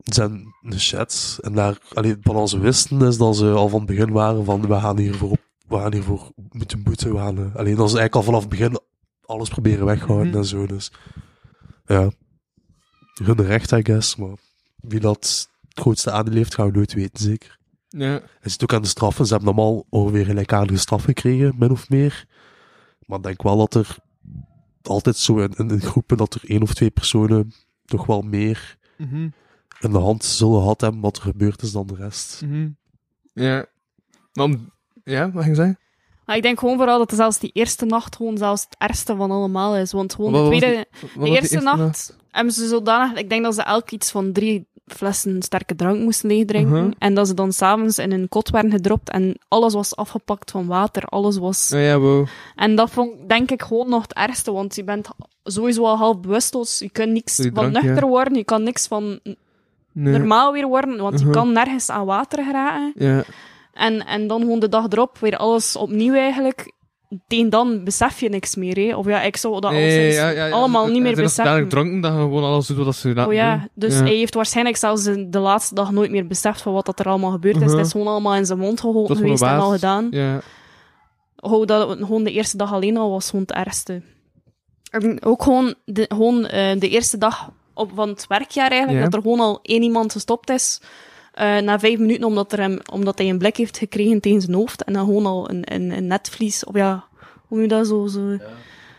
E: Ze hebben de chat. En daar, allee, van als ze wisten, is dat ze al van het begin waren van, we gaan hiervoor, op- we gaan hiervoor moeten boeten. We gaan, eh, alleen dat ze eigenlijk al vanaf het begin alles proberen weghouden
B: Mhm.
E: en zo, dus... Ja. Hun recht, I guess, maar wie dat het grootste aandeel heeft, gaan we nooit weten, zeker.
B: Ja.
E: Hij zit ook aan de straffen. Ze hebben allemaal ongeveer gelijkaardige straffen gekregen, min of meer. Maar ik denk wel dat er altijd zo in, in, in groepen dat er één of twee personen toch wel meer
B: Mhm,
E: in de hand zullen gehad hebben wat er gebeurd is dan de rest.
B: Mhm. Ja. Maar om- Ja, wat ging je zeggen?
D: Maar ik denk gewoon vooral dat zelfs die eerste nacht gewoon zelfs het ergste van allemaal is. Want gewoon
B: Wat
D: de
B: was
D: tweede...
B: Wat was
D: De
B: die
D: eerste, nacht, hebben ze zodanig... Ik denk dat ze elk iets van drie flessen sterke drank moesten leegdrinken.
B: Mhm.
D: En dat ze dan s'avonds in een kot werden gedropt en alles was afgepakt van water, alles was...
B: Oh Ja, ja, wow.
D: En dat vond ik, denk ik gewoon nog het ergste, want je bent sowieso al half bewusteloos. Je kunt niks
B: Die
D: van
B: drank, ja.
D: nuchter worden, je kan niks van
B: Nee.
D: normaal weer worden, want
B: Mhm.
D: je kan nergens aan water geraken.
B: Ja.
D: En, en dan gewoon de dag erop weer alles opnieuw eigenlijk. Tegen dan besef je niks meer, hè. Of ja, ik zou dat
B: Nee,
D: alleszins
B: ja, ja, ja.
D: allemaal
B: Ze-
D: niet meer
B: ze zijn als
D: beseffen.
B: dadelijk dronken, dan gaan we gewoon alles doen wat ze laten
D: Oh ja,
B: doen.
D: dus hij heeft waarschijnlijk zelfs de, de laatste dag nooit meer beseft van wat dat er allemaal gebeurd is.
B: Mhm.
D: Het is gewoon allemaal in zijn mond
B: Dat
D: geholpen
B: is gewoon
D: geweest en
B: waas.
D: al gedaan.
B: Ja.
D: Hoe dat het gewoon de eerste dag alleen al was gewoon het ergste. En ook gewoon de, gewoon, eh, de eerste dag op, van het werkjaar
B: Ja.
D: eigenlijk, dat er gewoon al één iemand gestopt is. eh, na vijf minuten, omdat, er hem, omdat hij een blik heeft gekregen tegen zijn hoofd. En dan gewoon al een, een, een netvlies, of ja, hoe noem je dat zo? zo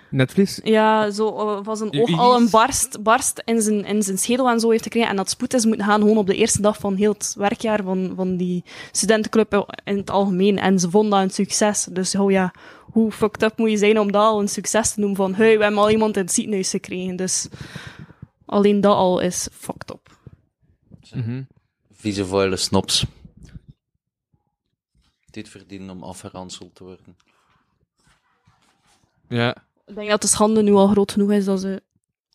B: Netflix.
D: ja, zo eh, van zijn
B: Uw
D: oog al een
B: igels?
D: barst, barst in, zijn, in zijn schedel en zo heeft gekregen. En dat spoed is moeten gaan gewoon op de eerste dag van heel het werkjaar van, van die studentenclub in het algemeen. En ze vonden dat een succes. Dus oh ja, hoe fucked up moet je zijn om dat al een succes te noemen van hey, we hebben al iemand in het ziekenhuis gekregen. Dus alleen dat al is fucked up.
B: Mhm.
C: Vieze vuile snops. Dit verdienen om afgeranseld te worden.
B: Ja.
D: Ik denk dat de schande nu al groot genoeg is dat ze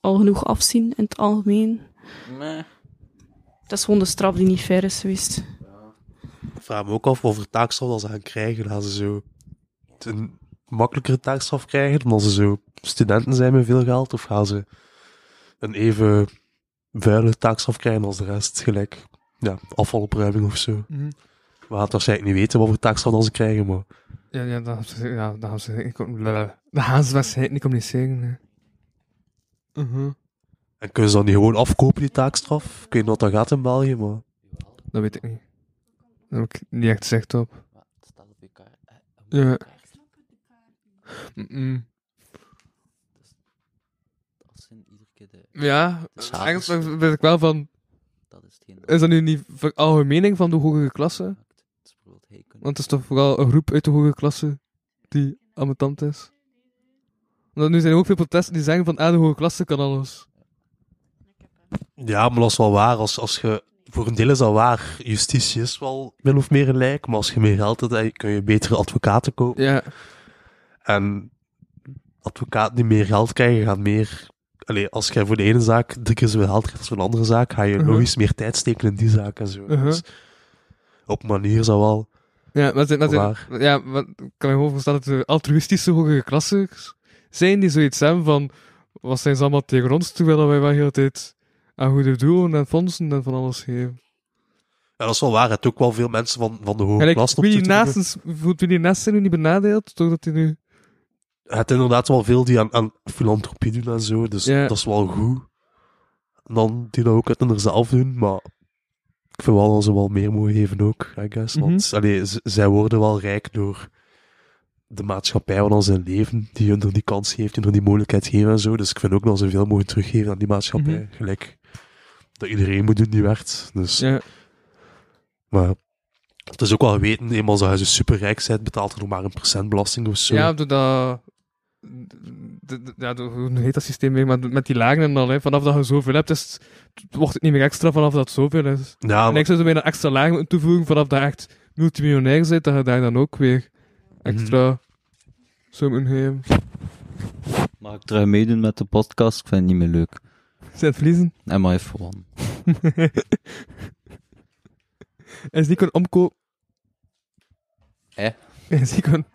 D: al genoeg afzien in het algemeen.
C: Nee.
D: Het is gewoon de straf die niet fair is geweest.
E: Ik vraag me ook af wat voor taakstraf dat ze gaan krijgen. Gaan ze zo een makkelijkere taakstraf krijgen omdat ze zo studenten zijn met veel geld? Of gaan ze een even vuile taakstraf krijgen als de rest? Gelijk ja, afvalopruiming of zo.
B: Mhm.
E: We gaan het waarschijnlijk niet weten wat voor taakstraf dat ze krijgen, maar...
B: Ja, ja, dan gaan ze, ja, dan gaan ze, ik, blablabla. dan gaan ze waarschijnlijk niet communiceren. hè. Mhm.
E: En kunnen ze dan niet gewoon afkopen, die taakstraf? Ik weet niet wat dat gaat in België, maar...
B: Dat weet ik niet. Daar heb ik niet echt zicht op.
C: Staat op je kaart.
B: Ja. Mhm.
C: Dat zijn iedere keer de...
B: Ja,
C: Het is
B: eigenlijk
C: avonds.
B: weet ik wel van.
C: Dat is hetgeen...
B: Is dat nu niet algemeen van de hogere klasse?
C: Het is bijvoorbeeld hey, kunnen-
B: Want het is toch vooral een groep uit de hogere klasse die ambetant is. Want nu zijn er ook veel protesten die zeggen van ah, de hogere klasse kan alles.
E: Ja, maar dat is wel waar. Als, als je, voor een deel is dat waar. Justitie is wel min of meer gelijk, maar als je meer geld hebt, kun je betere advocaten kopen.
B: Ja,
E: En advocaten die meer geld krijgen, gaan meer... Allee, als jij voor de ene zaak drie keer zoveel geld krijgt als voor een andere zaak, ga je
B: Mhm.
E: logisch meer tijd steken in die zaak en zo.
B: Mhm.
E: Dus op een manier is dat wel...
B: ja maar, zijn, maar, zijn-
E: Waar.
B: ja, maar ik kan me gewoon voorstellen dat er altruïstische hogere klassen zijn die zoiets hebben van wat zijn ze allemaal tegen ons, terwijl wij wel heel de tijd aan goede doelen en fondsen en van alles geven.
E: Ja, dat is wel waar. Het ook wel veel mensen van, van de hoge
B: Gelijk,
E: klas op
B: wie
E: toe
B: die
E: te roepen.
B: naast ons- voelt wie die naast zijn nu niet benadeeld, doordat hij nu
E: het inderdaad wel veel die aan, aan filantropie doen en zo, dus
B: Ja.
E: dat is wel goed. En dan die dat ook uit hun zelf doen, maar ik vind wel dat ze wel meer mogen geven ook, I guess.
B: Mhm.
E: Want allee, z- zij worden wel rijk door de maatschappij waar ze in leven, die hun er die kans geeft, hun er die mogelijkheid geeft en zo. Dus ik vind ook dat ze veel mogen teruggeven aan die maatschappij. Gelijk dat iedereen moet doen die werkt. Dus,
B: Mhm. Ja.
E: maar het is ook wel weten, eenmaal dat je zo superrijk bent, betaalt er nog maar een procent belasting of zo.
B: Ja, door dat... de- de- ja, door- hoe heet dat systeem weer? Maar met die lagen en al, hè. vanaf dat je zoveel hebt, is, het- wordt het niet meer extra vanaf dat het zoveel is.
E: Ja,
B: En ik zou er weer een extra laag moeten toevoegen vanaf dat je echt multimiljonair bent, dat je daar dan ook weer extra zou moeten geven.
C: Mag ik terug meedoen met de podcast? Ik vind het niet meer leuk.
B: Zijn verliezen?
C: En maar even gewoon.
B: En die kunnen omkopen.
C: Eh?
B: En die kunnen...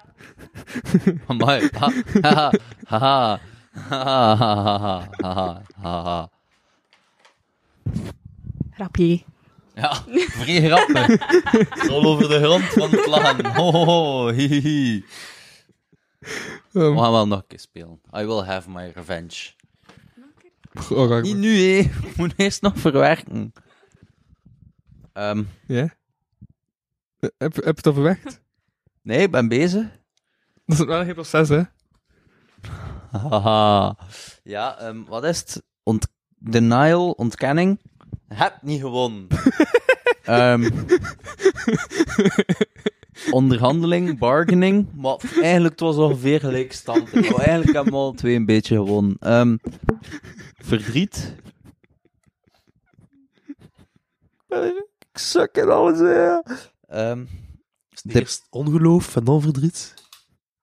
C: Amai. Ha, ha, ha, ha, ha, ha, ha, ha, ha, ha, ha.
D: Rapje.
C: Ja, vrij grappen. Rol over de grond van het lachen. Ho, ho, ho, hi, hi, hi.
B: Um,
C: We gaan wel nog een keer spelen. I will have my revenge.
B: oh, ga ik-
C: Niet nu, hé. We moeten eerst nog verwerken. Ehm,
B: Ja? Eh, Heb, heb je het al verwerkt?
C: nee, ik ben bezig.
B: Dat is wel een heel proces, hè?
C: Haha. ja, ehm, wat is het? Ont denial, ontkenning. Heb niet gewonnen. Ehm, onderhandeling, bargaining. Maar eigenlijk, het was ongeveer gelijk stand. Ik wou eigenlijk hebben we alle twee een beetje gewonnen. Ehm, verdriet. Ik suk in alles, ja. Ehm, de-
E: Eerst ongeloof en dan verdriet.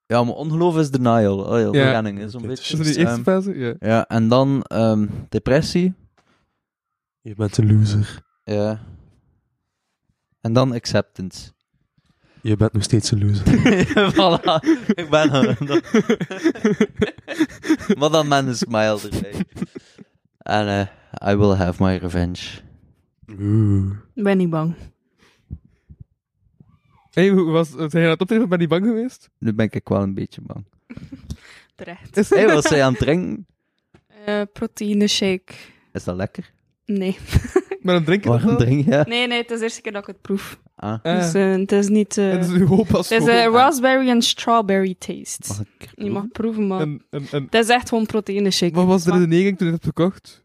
C: ja, maar ongeloof is denial. Oh, ja, ontkenning is een
E: Dit is
B: Is
C: beetje...
B: dat die eerste
C: ehm,
B: fase? Ja.
C: ja, en dan ehm, depressie.
E: Je bent een loser.
C: Ja. En dan acceptance.
E: Je bent nog steeds een loser.
C: voilà, ik ben er. maar dan man een smile erbij. En eh, I will have my revenge.
E: Oeh.
D: Ik ben niet bang.
B: Hé, hoe was het hele optreden? Ben je bang geweest?
C: Nu ben ik wel een beetje bang.
D: Terecht.
C: Hé, wat zij aan het drinken?
D: Eh proteïne shake.
C: Is dat lekker?
D: Nee.
B: Maar dan drink je dat
C: Waarom
B: wel?
C: drink je?
D: Nee, nee, het is de eerste keer dat ik het proef.
C: Ah,
B: Ah,
D: Dus eh, het is niet... eh,
B: en dat is uw hoop als
D: het is
B: voor-
D: eh, raspberry en strawberry taste.
C: mag ik
D: Je mag proeven, maar...
B: en, en, en,
D: Het is echt gewoon proteïne shake.
B: Wat was de
D: Maar-
B: redenering toen je het hebt gekocht?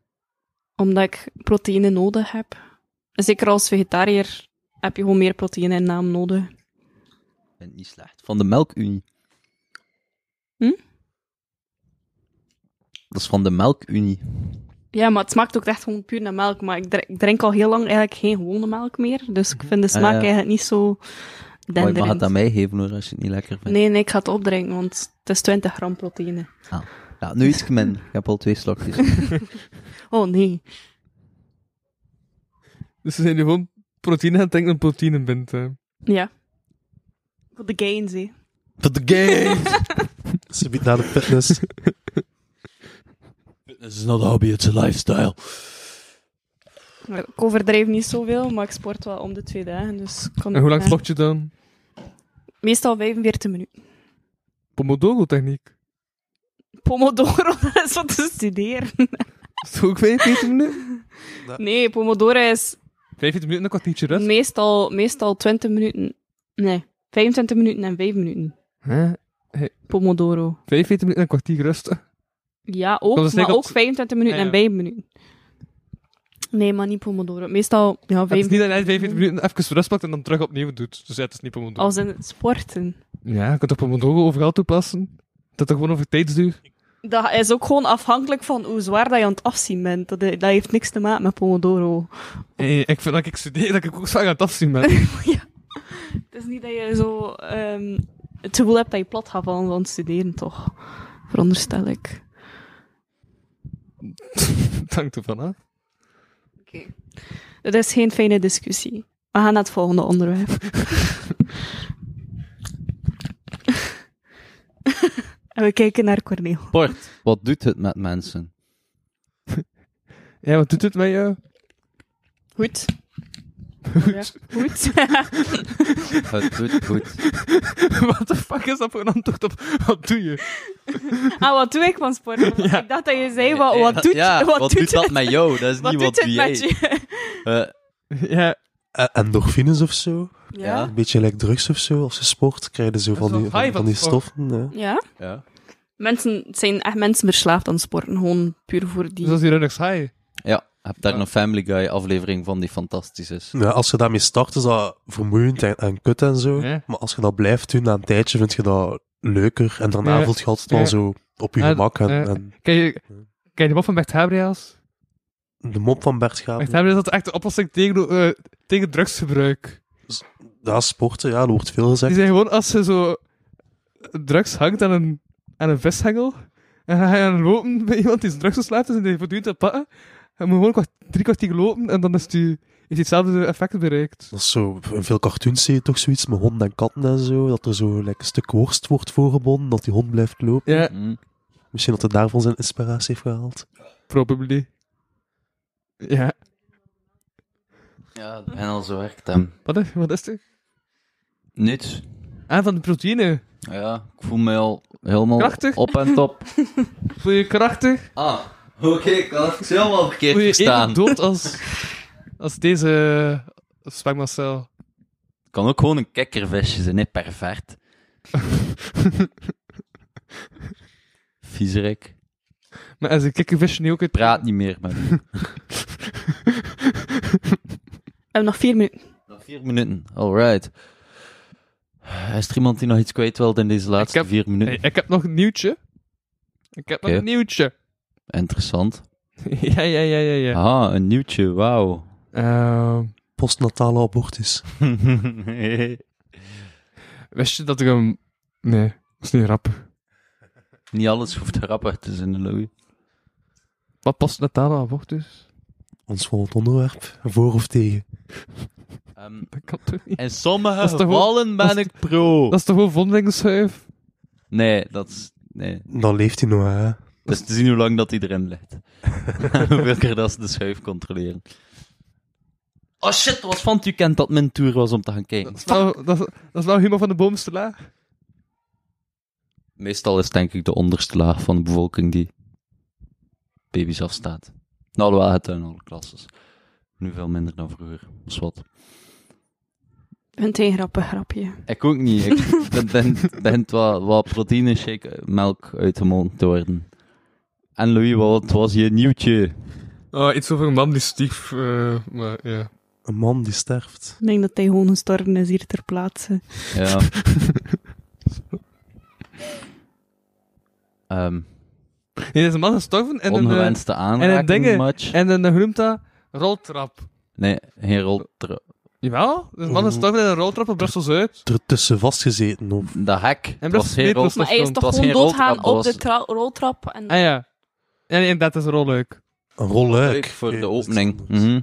D: Omdat ik proteïne nodig heb. Zeker als vegetariër heb je gewoon meer proteïne in naam nodig.
C: Ik vind het niet slecht. Van de Melkunie.
D: Hm?
C: Dat is van de Melkunie.
D: Ja, maar het smaakt ook echt gewoon puur naar melk. Maar ik drink, ik drink al heel lang eigenlijk geen gewone melk meer. Dus ik vind de smaak
C: ja.
D: eigenlijk niet zo
C: Maar je mag
D: denderend.
C: het aan mij geven hoor, als je het niet lekker vindt.
D: nee, nee, ik ga het opdrinken, want het is 20 gram proteïne.
C: Ja, nu iets minder. Ik heb al twee slokjes.
D: Oh nee.
B: Dus ze zijn nu gewoon proteïne aan het denken dat proteïne eh. bindt. Hè.
D: Ja. Voor de gains, hé.
C: Voor de game!
E: Ze biedt naar de fitness.
C: Fitness is not a hobby, it's a lifestyle.
D: Ik overdrijf niet zoveel, maar ik sport wel om de twee dagen. Dus ik kan
B: En hoe lang
D: ja.
B: vlogt je dan?
D: Meestal 45 minuten.
B: Pomodoro-techniek.
D: Pomodoro, dat is wat te studeren.
B: Is het ook 45 minuten?
D: Nee, Pomodoro is
B: 45 minuten, een kwartiertje rust.
D: meestal, meestal 20 minuten. Nee, 25 minuten en 5 minuten.
B: Hè?
D: Pomodoro.
B: 45 minuten, en een kwartier rust.
D: Ja,
B: Dat
D: ook,
B: is
D: maar
B: net
D: ook
B: op-
D: 25 minuten
B: Ja, ja.
D: en 5 minuten. Nee, maar niet Pomodoro. Meestal, ja,
B: Het is
D: 5
B: niet dat je 45 minuten even rust pakt en dan terug opnieuw doet. Dus ja, het is niet Pomodoro.
D: Mm. Als in het sporten.
B: Ja, je kunt toch Pomodoro overal toepassen? Dat is gewoon over tijdsduur.
D: Dat is ook gewoon afhankelijk van hoe zwaar dat je aan het afzien bent. Dat, dat heeft niks te maken met Pomodoro.
B: Hey, Eh, ik vind dat ik studeer, dat ik ook zwaar aan het afzien ben.
D: Het is niet dat je zo ehm, het gevoel hebt dat je plat gaat vallen van het studeren, toch? Veronderstel ik.
B: Het hangt ervan af.
D: Dat is geen fijne discussie. We gaan naar het volgende onderwerp. en we kijken naar Corneel.
C: Sport, wat doet het met mensen?
B: Ja, wat doet het met jou?
D: Goed. Ja, goed.
C: Goed, goed, goed.
B: What the fuck is dat voor een antwoord op? Wat doe je?
D: ah, wat doe ik van sport? Want Ik dacht dat je zei, wat,
C: Ja,
D: wat doet,
C: ja,
D: wat doet,
C: dat met jou? Dat is
D: wat
C: niet
D: doet het
C: wat wie
D: met
C: jij.
D: je?
C: Eh,
B: Ja,
E: Eh, Endorfines of zo.
D: Ja?
E: Een beetje like drugs of zo. Als je sport, krijg je zo
B: Dat is
E: van die,
B: wel
E: van,
B: high
E: van
B: van
E: die
B: sport.
E: stoffen. ja.
D: Ja?
C: ja.
D: Mensen het zijn echt mensen verslaafd aan sporten, gewoon puur voor die...
B: dus dat is hier niks high.
C: ja, heb daar
B: Ja.
C: een Family Guy aflevering van die fantastisch is.
E: Ja, als je daarmee start, is dat vermoeiend en, en kut en zo.
B: Ja.
E: Maar als je dat blijft doen, na een tijdje vind je dat leuker. En daarna
B: Ja.
E: voelt je altijd wel
B: Ja.
E: zo op je
B: Ja,
E: gemak. En,
B: ja.
E: en
B: Ken je, ken je de mop van Bert Gabriels?
E: de mop van Bert Gaap,
B: Bert Gabriels had echt de oplossing tegen, eh, tegen drugsgebruik.
E: ja, sporten, ja, er wordt veel gezegd.
B: Die zei gewoon, als je zo drugs hangt aan een, aan een vishengel, en dan ga je aan lopen bij iemand die zijn drugs verslaafd is en die voortdurend dat pakken, dan moet je gewoon een kwart- drie kwartier lopen en dan is die, is hetzelfde effect bereikt.
E: Dat is zo, in veel cartoons zie je toch zoiets met honden en katten en zo. Dat er zo like, een stuk worst wordt voorgebonden, dat die hond blijft lopen.
B: Ja,
C: Mm.
E: Misschien dat hij daarvan zijn inspiratie heeft gehaald.
B: probably. Ja,
C: Ja, en al zo werkt hem.
B: wat, is- wat is het?
C: Niets.
B: Ah, van de proteïne.
C: Ja, ik voel me al helemaal
B: Krachtig.
C: op en top.
B: Voel je krachtig?
C: Ah, oké, ik kan het helemaal verkeerd
B: Voel je
C: verstaan.
B: even dood als, als deze Spangmacel.
C: kan ook gewoon een kekkervisje zijn, niet pervert. Viezerik.
B: Maar als een kikkervisje niet ook uit...
C: Praat niet meer met me.
D: We hebben nog vier minuten.
C: Nog vier minuten, alright. Is er iemand die nog iets kwijt wil in deze laatste
B: heb-
C: vier minuten?
B: Hey, ik heb nog een nieuwtje. Ik heb nog
C: Oké.
B: een nieuwtje.
C: Interessant.
B: ja, ja, ja, ja, ja.
C: Ah, een nieuwtje, wauw.
B: Ehm,
E: Postnatale abortus.
B: wist je dat ik hem... Nee, dat is niet rap.
C: niet alles hoeft rap uit te zijn, Louis.
B: Wat past natale abortus?
E: Ons volgend onderwerp, voor of tegen.
C: Ehm,
B: Dat kan toch niet?
C: in sommige
B: Dat is toch wel-
C: gevallen
B: dat
C: ben
B: is-
C: ik pro.
B: Dat is toch gewoon vondelingschuif?
C: Nee, dat is... Nee.
E: Dan leeft hij nog, hè.
C: Dat is te zien hoe lang dat hij erin ligt. En Hoeveel keer dat ze de schuif controleren. Oh shit, het was van het weekend dat mijn tour was om te gaan kijken.
B: Dat is wel, dat, is, dat is wel helemaal van de boomste laag.
C: Meestal is het denk ik de onderste laag van de bevolking die baby's afstaat. Nou, alhoewel het in alle klasses. Nu veel minder dan vroeger. Dat is wat.
D: Een tegengrappig grapje.
C: Ik ook niet. Ik ben- ben, ben wel, wel proteïne shake eh, melk uit de mond te worden. En Louis, wat was je nieuwtje?
B: Oh, iets over een man die stief... eh, maar ja.
E: Een man die sterft.
D: Ik denk dat hij gewoon gestorven is hier ter plaatse.
C: Ja. Ehm,
B: Nee, deze man is gestorven en een... eh,
C: ongewenste aanraking
B: dingen-
C: match.
B: En een, eh, hoe noemt dat? Roltrap.
C: Nee, geen rol. ter-
B: Jawel, dus man is toch in een roltrap op Brussel Zuid.
E: Ertussen vastgezeten, of...
C: De hek. Het
B: Brussel
C: was geen rol.
B: Metro
D: Maar hij is
B: Het
D: toch
C: was
D: gewoon
C: geen
D: doodgaan
C: roltrap,
D: op
C: dat
D: de
C: was-
D: tra- roltrap? En...
B: Ah ja. Ja, nee, dat is rol leuk.
E: Een rolluik.
C: Leuk voor
E: Ja,
C: de
E: dat is
C: opening.
E: anders.
C: Mhm.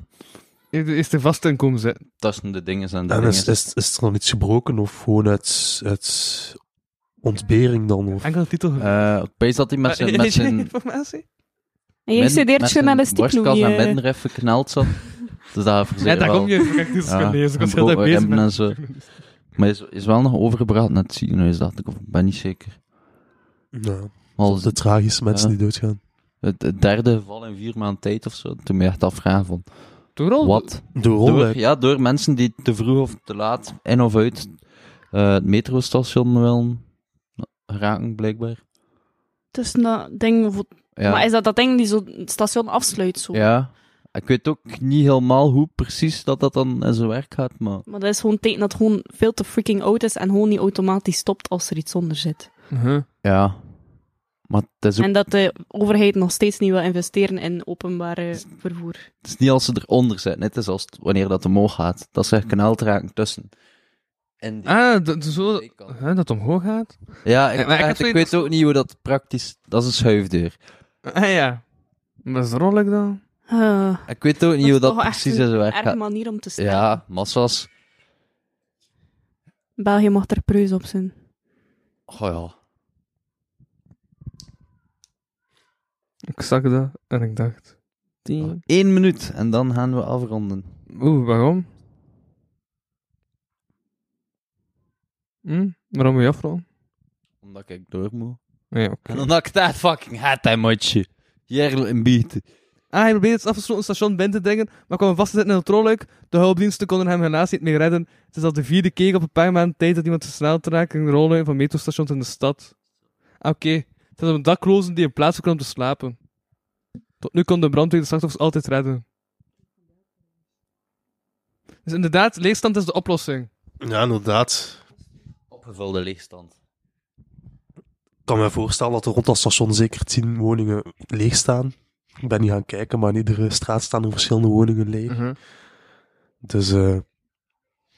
B: Hier Is er vast in komen zitten.
C: Tussen de dingen en de
E: En
C: dingen.
E: is, is, is er dan iets gebroken of gewoon uit, uit ontbering dan? Of?
B: Enkele titel.
C: Eh, opeens dat hij met zijn...
B: Eh,
C: Met
B: heeft je
C: zijn
B: informatie?
D: En jij studeert journalistiek, Louis.
C: Louis. en
D: eh.
C: middenrif gekneld zat. Dus daar
B: Ja,
C: verzekerd
B: daar kom je. dus Kijk, dit is
C: Ja,
B: ja, gelezen. Ik was
C: een
B: heel erg
C: bro-
B: bezig
C: remmen
B: met...
C: en zo. Maar is, is wel nog overgebracht naar het ziekenhuis, dacht ik. Of ik ben niet zeker.
E: Nou,
C: Al
E: de tragische mensen
C: Ja.
E: die doodgaan.
C: het, het derde geval in vier maanden tijd of zo. Toen me echt afvragen van,
B: Door al-
C: wat?
E: De
C: Door,
E: rolluik.
C: ja, door mensen die te vroeg of te laat in of uit eh, het metrostation willen raken, blijkbaar.
D: Tussen dat eh, ding... voor-
C: Ja.
D: Maar is dat dat ding die zo het station afsluit? Zo?
C: Ja. Ik weet ook niet helemaal hoe precies dat dat dan in zijn werk gaat, maar...
D: Maar dat is gewoon een teken dat het gewoon veel te freaking oud is en gewoon niet automatisch stopt als er iets onder zit.
B: Mhm.
C: Ja. Maar het is ook
D: En dat de overheid nog steeds niet wil investeren in openbare vervoer.
C: Het is niet als ze eronder zitten, net als het- wanneer dat omhoog gaat. Dat ze er kanaal te raken tussen. En die-
B: Ah, dat, zo,
C: die kant.
B: hè, dat omhoog gaat?
C: Ja, ik,
B: Ja, maar ik
C: echt,
B: had
C: ik
B: zoiets-
C: weet ook niet hoe dat praktisch... Dat is een schuifdeur.
B: Ah ja. Maar is rol ik dan?
D: Ah,
C: Ik weet ook niet
D: is
C: hoe dat
D: toch echt
C: precies
D: een
C: in zijn werk
D: erg
C: gaat.
D: manier om te staan.
C: Ja, massas.
D: België mag er preus op zijn.
C: Oh
B: Ik zag dat en ik dacht...
C: ja. Nog één minuut en dan gaan we afronden.
B: Oeh, waarom? Hm? Waarom moet je afvallen?
C: Omdat ik door moet.
B: Nee, oké.
C: En omdat ik dat fucking haat, dat matje. Jerl en Biet.
B: Ah, hij probeerde het afgesloten station binnen te dringen, maar kwam vastzitten in een trolluik. De hulpdiensten konden hem helaas niet meer redden. Het is al de vierde keer op een paar maanden tijd dat iemand versneld raakt in een rolluik van metrostations in de stad. Ah, oké. Het is een daklozen die een plaats zoeken om te slapen. Tot nu kon de brandweer de slachtoffers altijd redden. Dus inderdaad, leegstand is de oplossing.
E: Ja, inderdaad.
C: Opgevulde leegstand.
E: Ik kan me voorstellen dat er rond dat station zeker tien woningen leeg staan. Ik ben niet gaan kijken, maar in iedere straat staan er verschillende woningen leeg.
B: Mhm.
E: Dus eh,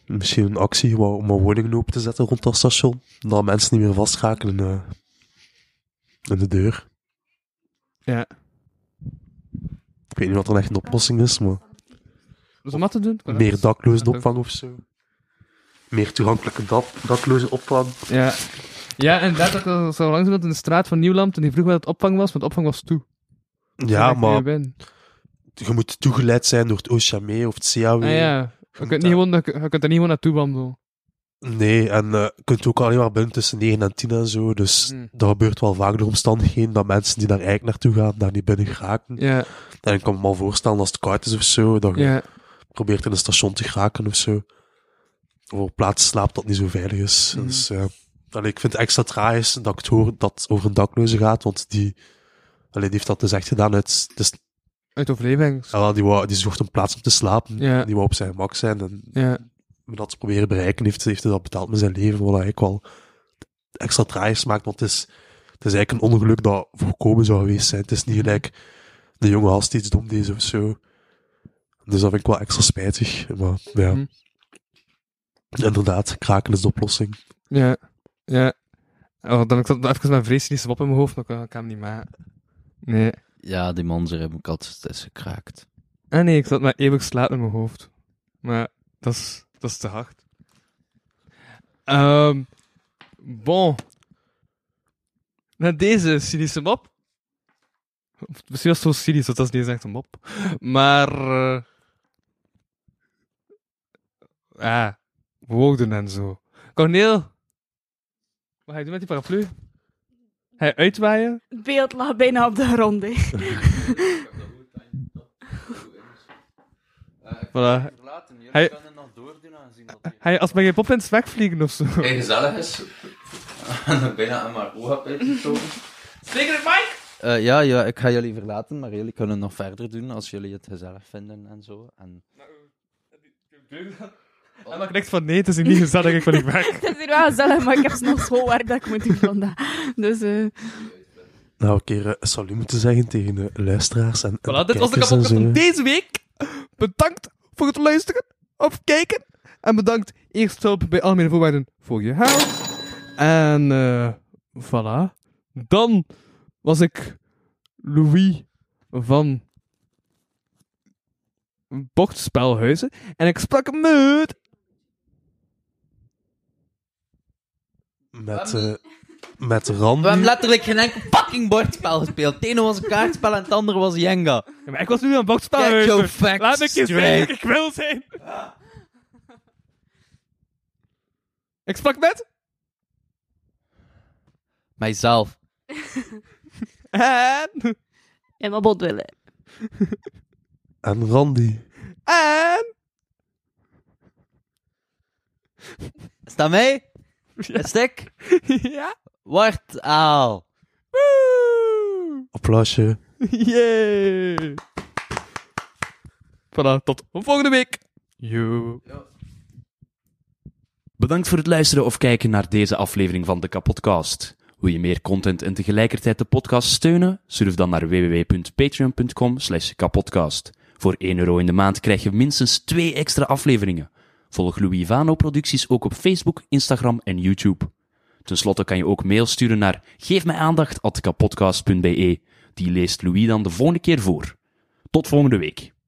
E: misschien een actie wa- om een woning open te zetten rond dat station. Dat mensen niet meer vastschakelen eh, in de deur.
B: Ja.
E: Ik weet niet wat er echt een oplossing is, maar
B: Dus om wat te doen?
E: meer daklozenopvang of zo. Meer toegankelijke dak- daklozenopvang.
B: Ja. Ja, inderdaad, ik was zo langs iemand in de straat van Nieuwland en die vroeg waar het opvang was, want opvang was toe.
E: Ja,
B: Ik kon
E: maar
B: niet binnen.
E: je moet toegeleid zijn door het OCME E of het CAW.
B: Ah ja, je kunt, niet gewoon, je kunt er niet gewoon naartoe wandelen.
E: Nee, en eh, je kunt ook alleen maar binnen tussen 9 en 10 en zo. Dus
B: Hmm.
E: dat gebeurt wel vaak door omstandigheden dat mensen die daar eigenlijk naartoe gaan, daar niet binnen geraken.
B: Ja,
E: En ik kan me wel voorstellen als het koud is of zo, dat je
B: ja.
E: probeert in een station te geraken of zo. Of op plaats slaapt dat niet zo veilig is.
B: Hm.
E: Dus, eh, allee, ik vind het extra tragisch dat ik het hoor dat het over een dakloze gaat, want die, allee, die heeft dat dus echt gedaan uit... Dus,
B: Uit overleving.
E: ja, wel, ah, die, wou, die zocht een plaats om te slapen.
B: Ja.
E: Die wou op zijn gemak zijn en
B: Ja.
E: om dat te proberen bereiken, heeft, heeft hij dat betaald met zijn leven, wat eigenlijk wel extra tragisch maakt, want het is, het is eigenlijk een ongeluk dat voorkomen zou geweest zijn. Het is niet gelijk de jonge gast die iets dom deed of zo. Dus dat vind ik wel extra spijtig, maar ja.
B: Mhm.
E: Inderdaad, kraken is de oplossing.
B: Ja. Ja. Oh, dan ik zat even mijn vreselijke wap in mijn hoofd, maar ik kan- ik kan hem niet maken. Nee.
C: Ja, die man, ze hebben kat is gekraakt.
B: Ah nee, ik zat maar eeuwig slaap in mijn hoofd. Maar dat is, dat is te hard. Ehm bon. Na deze cynische mop. Of Misschien was het zo cynisch, want dat is niet eens echt een mop. Maar... eh, ah, woorden en zo. Corneel. Wat ga je doen met die paraplu? Ga je uitwaaien?
D: Het beeld lag bijna op de grond, hè.
B: Voilà.
C: Verlaten, jullie
B: Hij-
C: kunnen nog doordoen aangezien dat
B: Ga je als Mary Poppins wegvliegen of zo?
C: hij gezellig is. En dan bijna aan mijn oog heb uitgestoken.
B: Zeker het, Mike!
C: Eh, ja, ja, ik ga jullie verlaten, maar jullie kunnen nog verder doen als jullie het gezellig vinden en zo. En...
B: En dan knikt van nee, het is hier niet gezellig, ik ben niet weg.
D: Het is hier wel gezellig, maar ik heb nog schoolwerk dat ik moet doen vandaag. Dus eh,
E: Nou, een keer eh, salut moeten zeggen tegen de luisteraars en, en
B: Voilà, dit was de
E: kijkers en
B: kapotcast
E: zo.
B: van deze week. Bedankt voor het luisteren of kijken. En bedankt eerst hulp bij Algemene Voorwaarden voor je huis. En eh voilà. Dan was ik Louis van Bochtspelhuizen. En ik sprak met...
E: Met, eh, met Randy.
C: We hebben letterlijk geen enkel fucking bordspel gespeeld. Het ene was een kaartspel en het andere was Jenga.
B: Ja, maar ik was nu aan
C: Kijk jouw
B: Bochtspelhuizen.
C: facts
B: Laat me eens zijn,
C: straight.
B: ik wil zijn. Ik sprak met...
C: Mijzelf.
B: En...
D: in mijn bod willen.
E: En Randy.
B: En...
C: Is dat mij? Is het ik?
B: ja.
C: Word al.
B: Woe!
E: Applausje.
B: Yay! Voilà, tot volgende week. Yo.
G: Bedankt voor het luisteren of kijken naar deze aflevering van de Kapodcast. Wil je meer content en tegelijkertijd de podcast steunen? Surf dan naar www.patreon.com slash kapodcast. Voor 1 euro in de maand krijg je minstens 2 extra afleveringen. Volg Louis Vano producties ook op Facebook, Instagram en YouTube. Ten slotte kan je ook mail sturen naar geefmijaandacht.kapodcast.be. Die leest Louis dan de volgende keer voor. Tot volgende week.